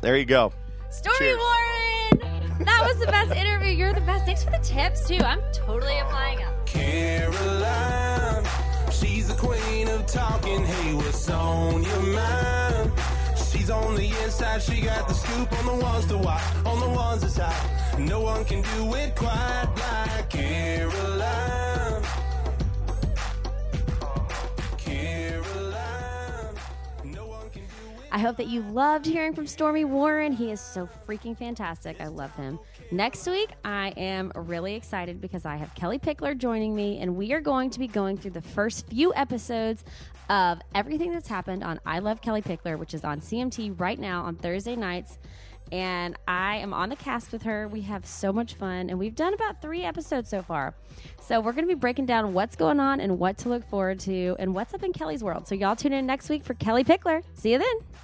Speaker 3: there you go
Speaker 2: Story
Speaker 3: um, Cheers.
Speaker 2: Warren! That was the best interview. You're the best. Thanks for the tips, too. I'm totally applying them.
Speaker 1: Caroline. She's the queen of talking. Hey, what's on your mind? She's on the inside. She got the scoop on the ones to watch, on the ones that's hot. No one can do it quite like Caroline. Caroline. No one can do it.
Speaker 4: I hope that you loved hearing from Stormy Warren. He is so freaking fantastic. I love him. Next week, I am really excited because I have Kelly Pickler joining me, and we are going to be going through the first few episodes of everything that's happened on I Love Kelly Pickler, which is on CMT right now on Thursday nights. And I am on the cast with her. We have so much fun, and we've done about three episodes so far. So, we're going to be breaking down what's going on and what to look forward to and what's up in Kelly's world. So, y'all tune in next week for Kelly Pickler. See you then.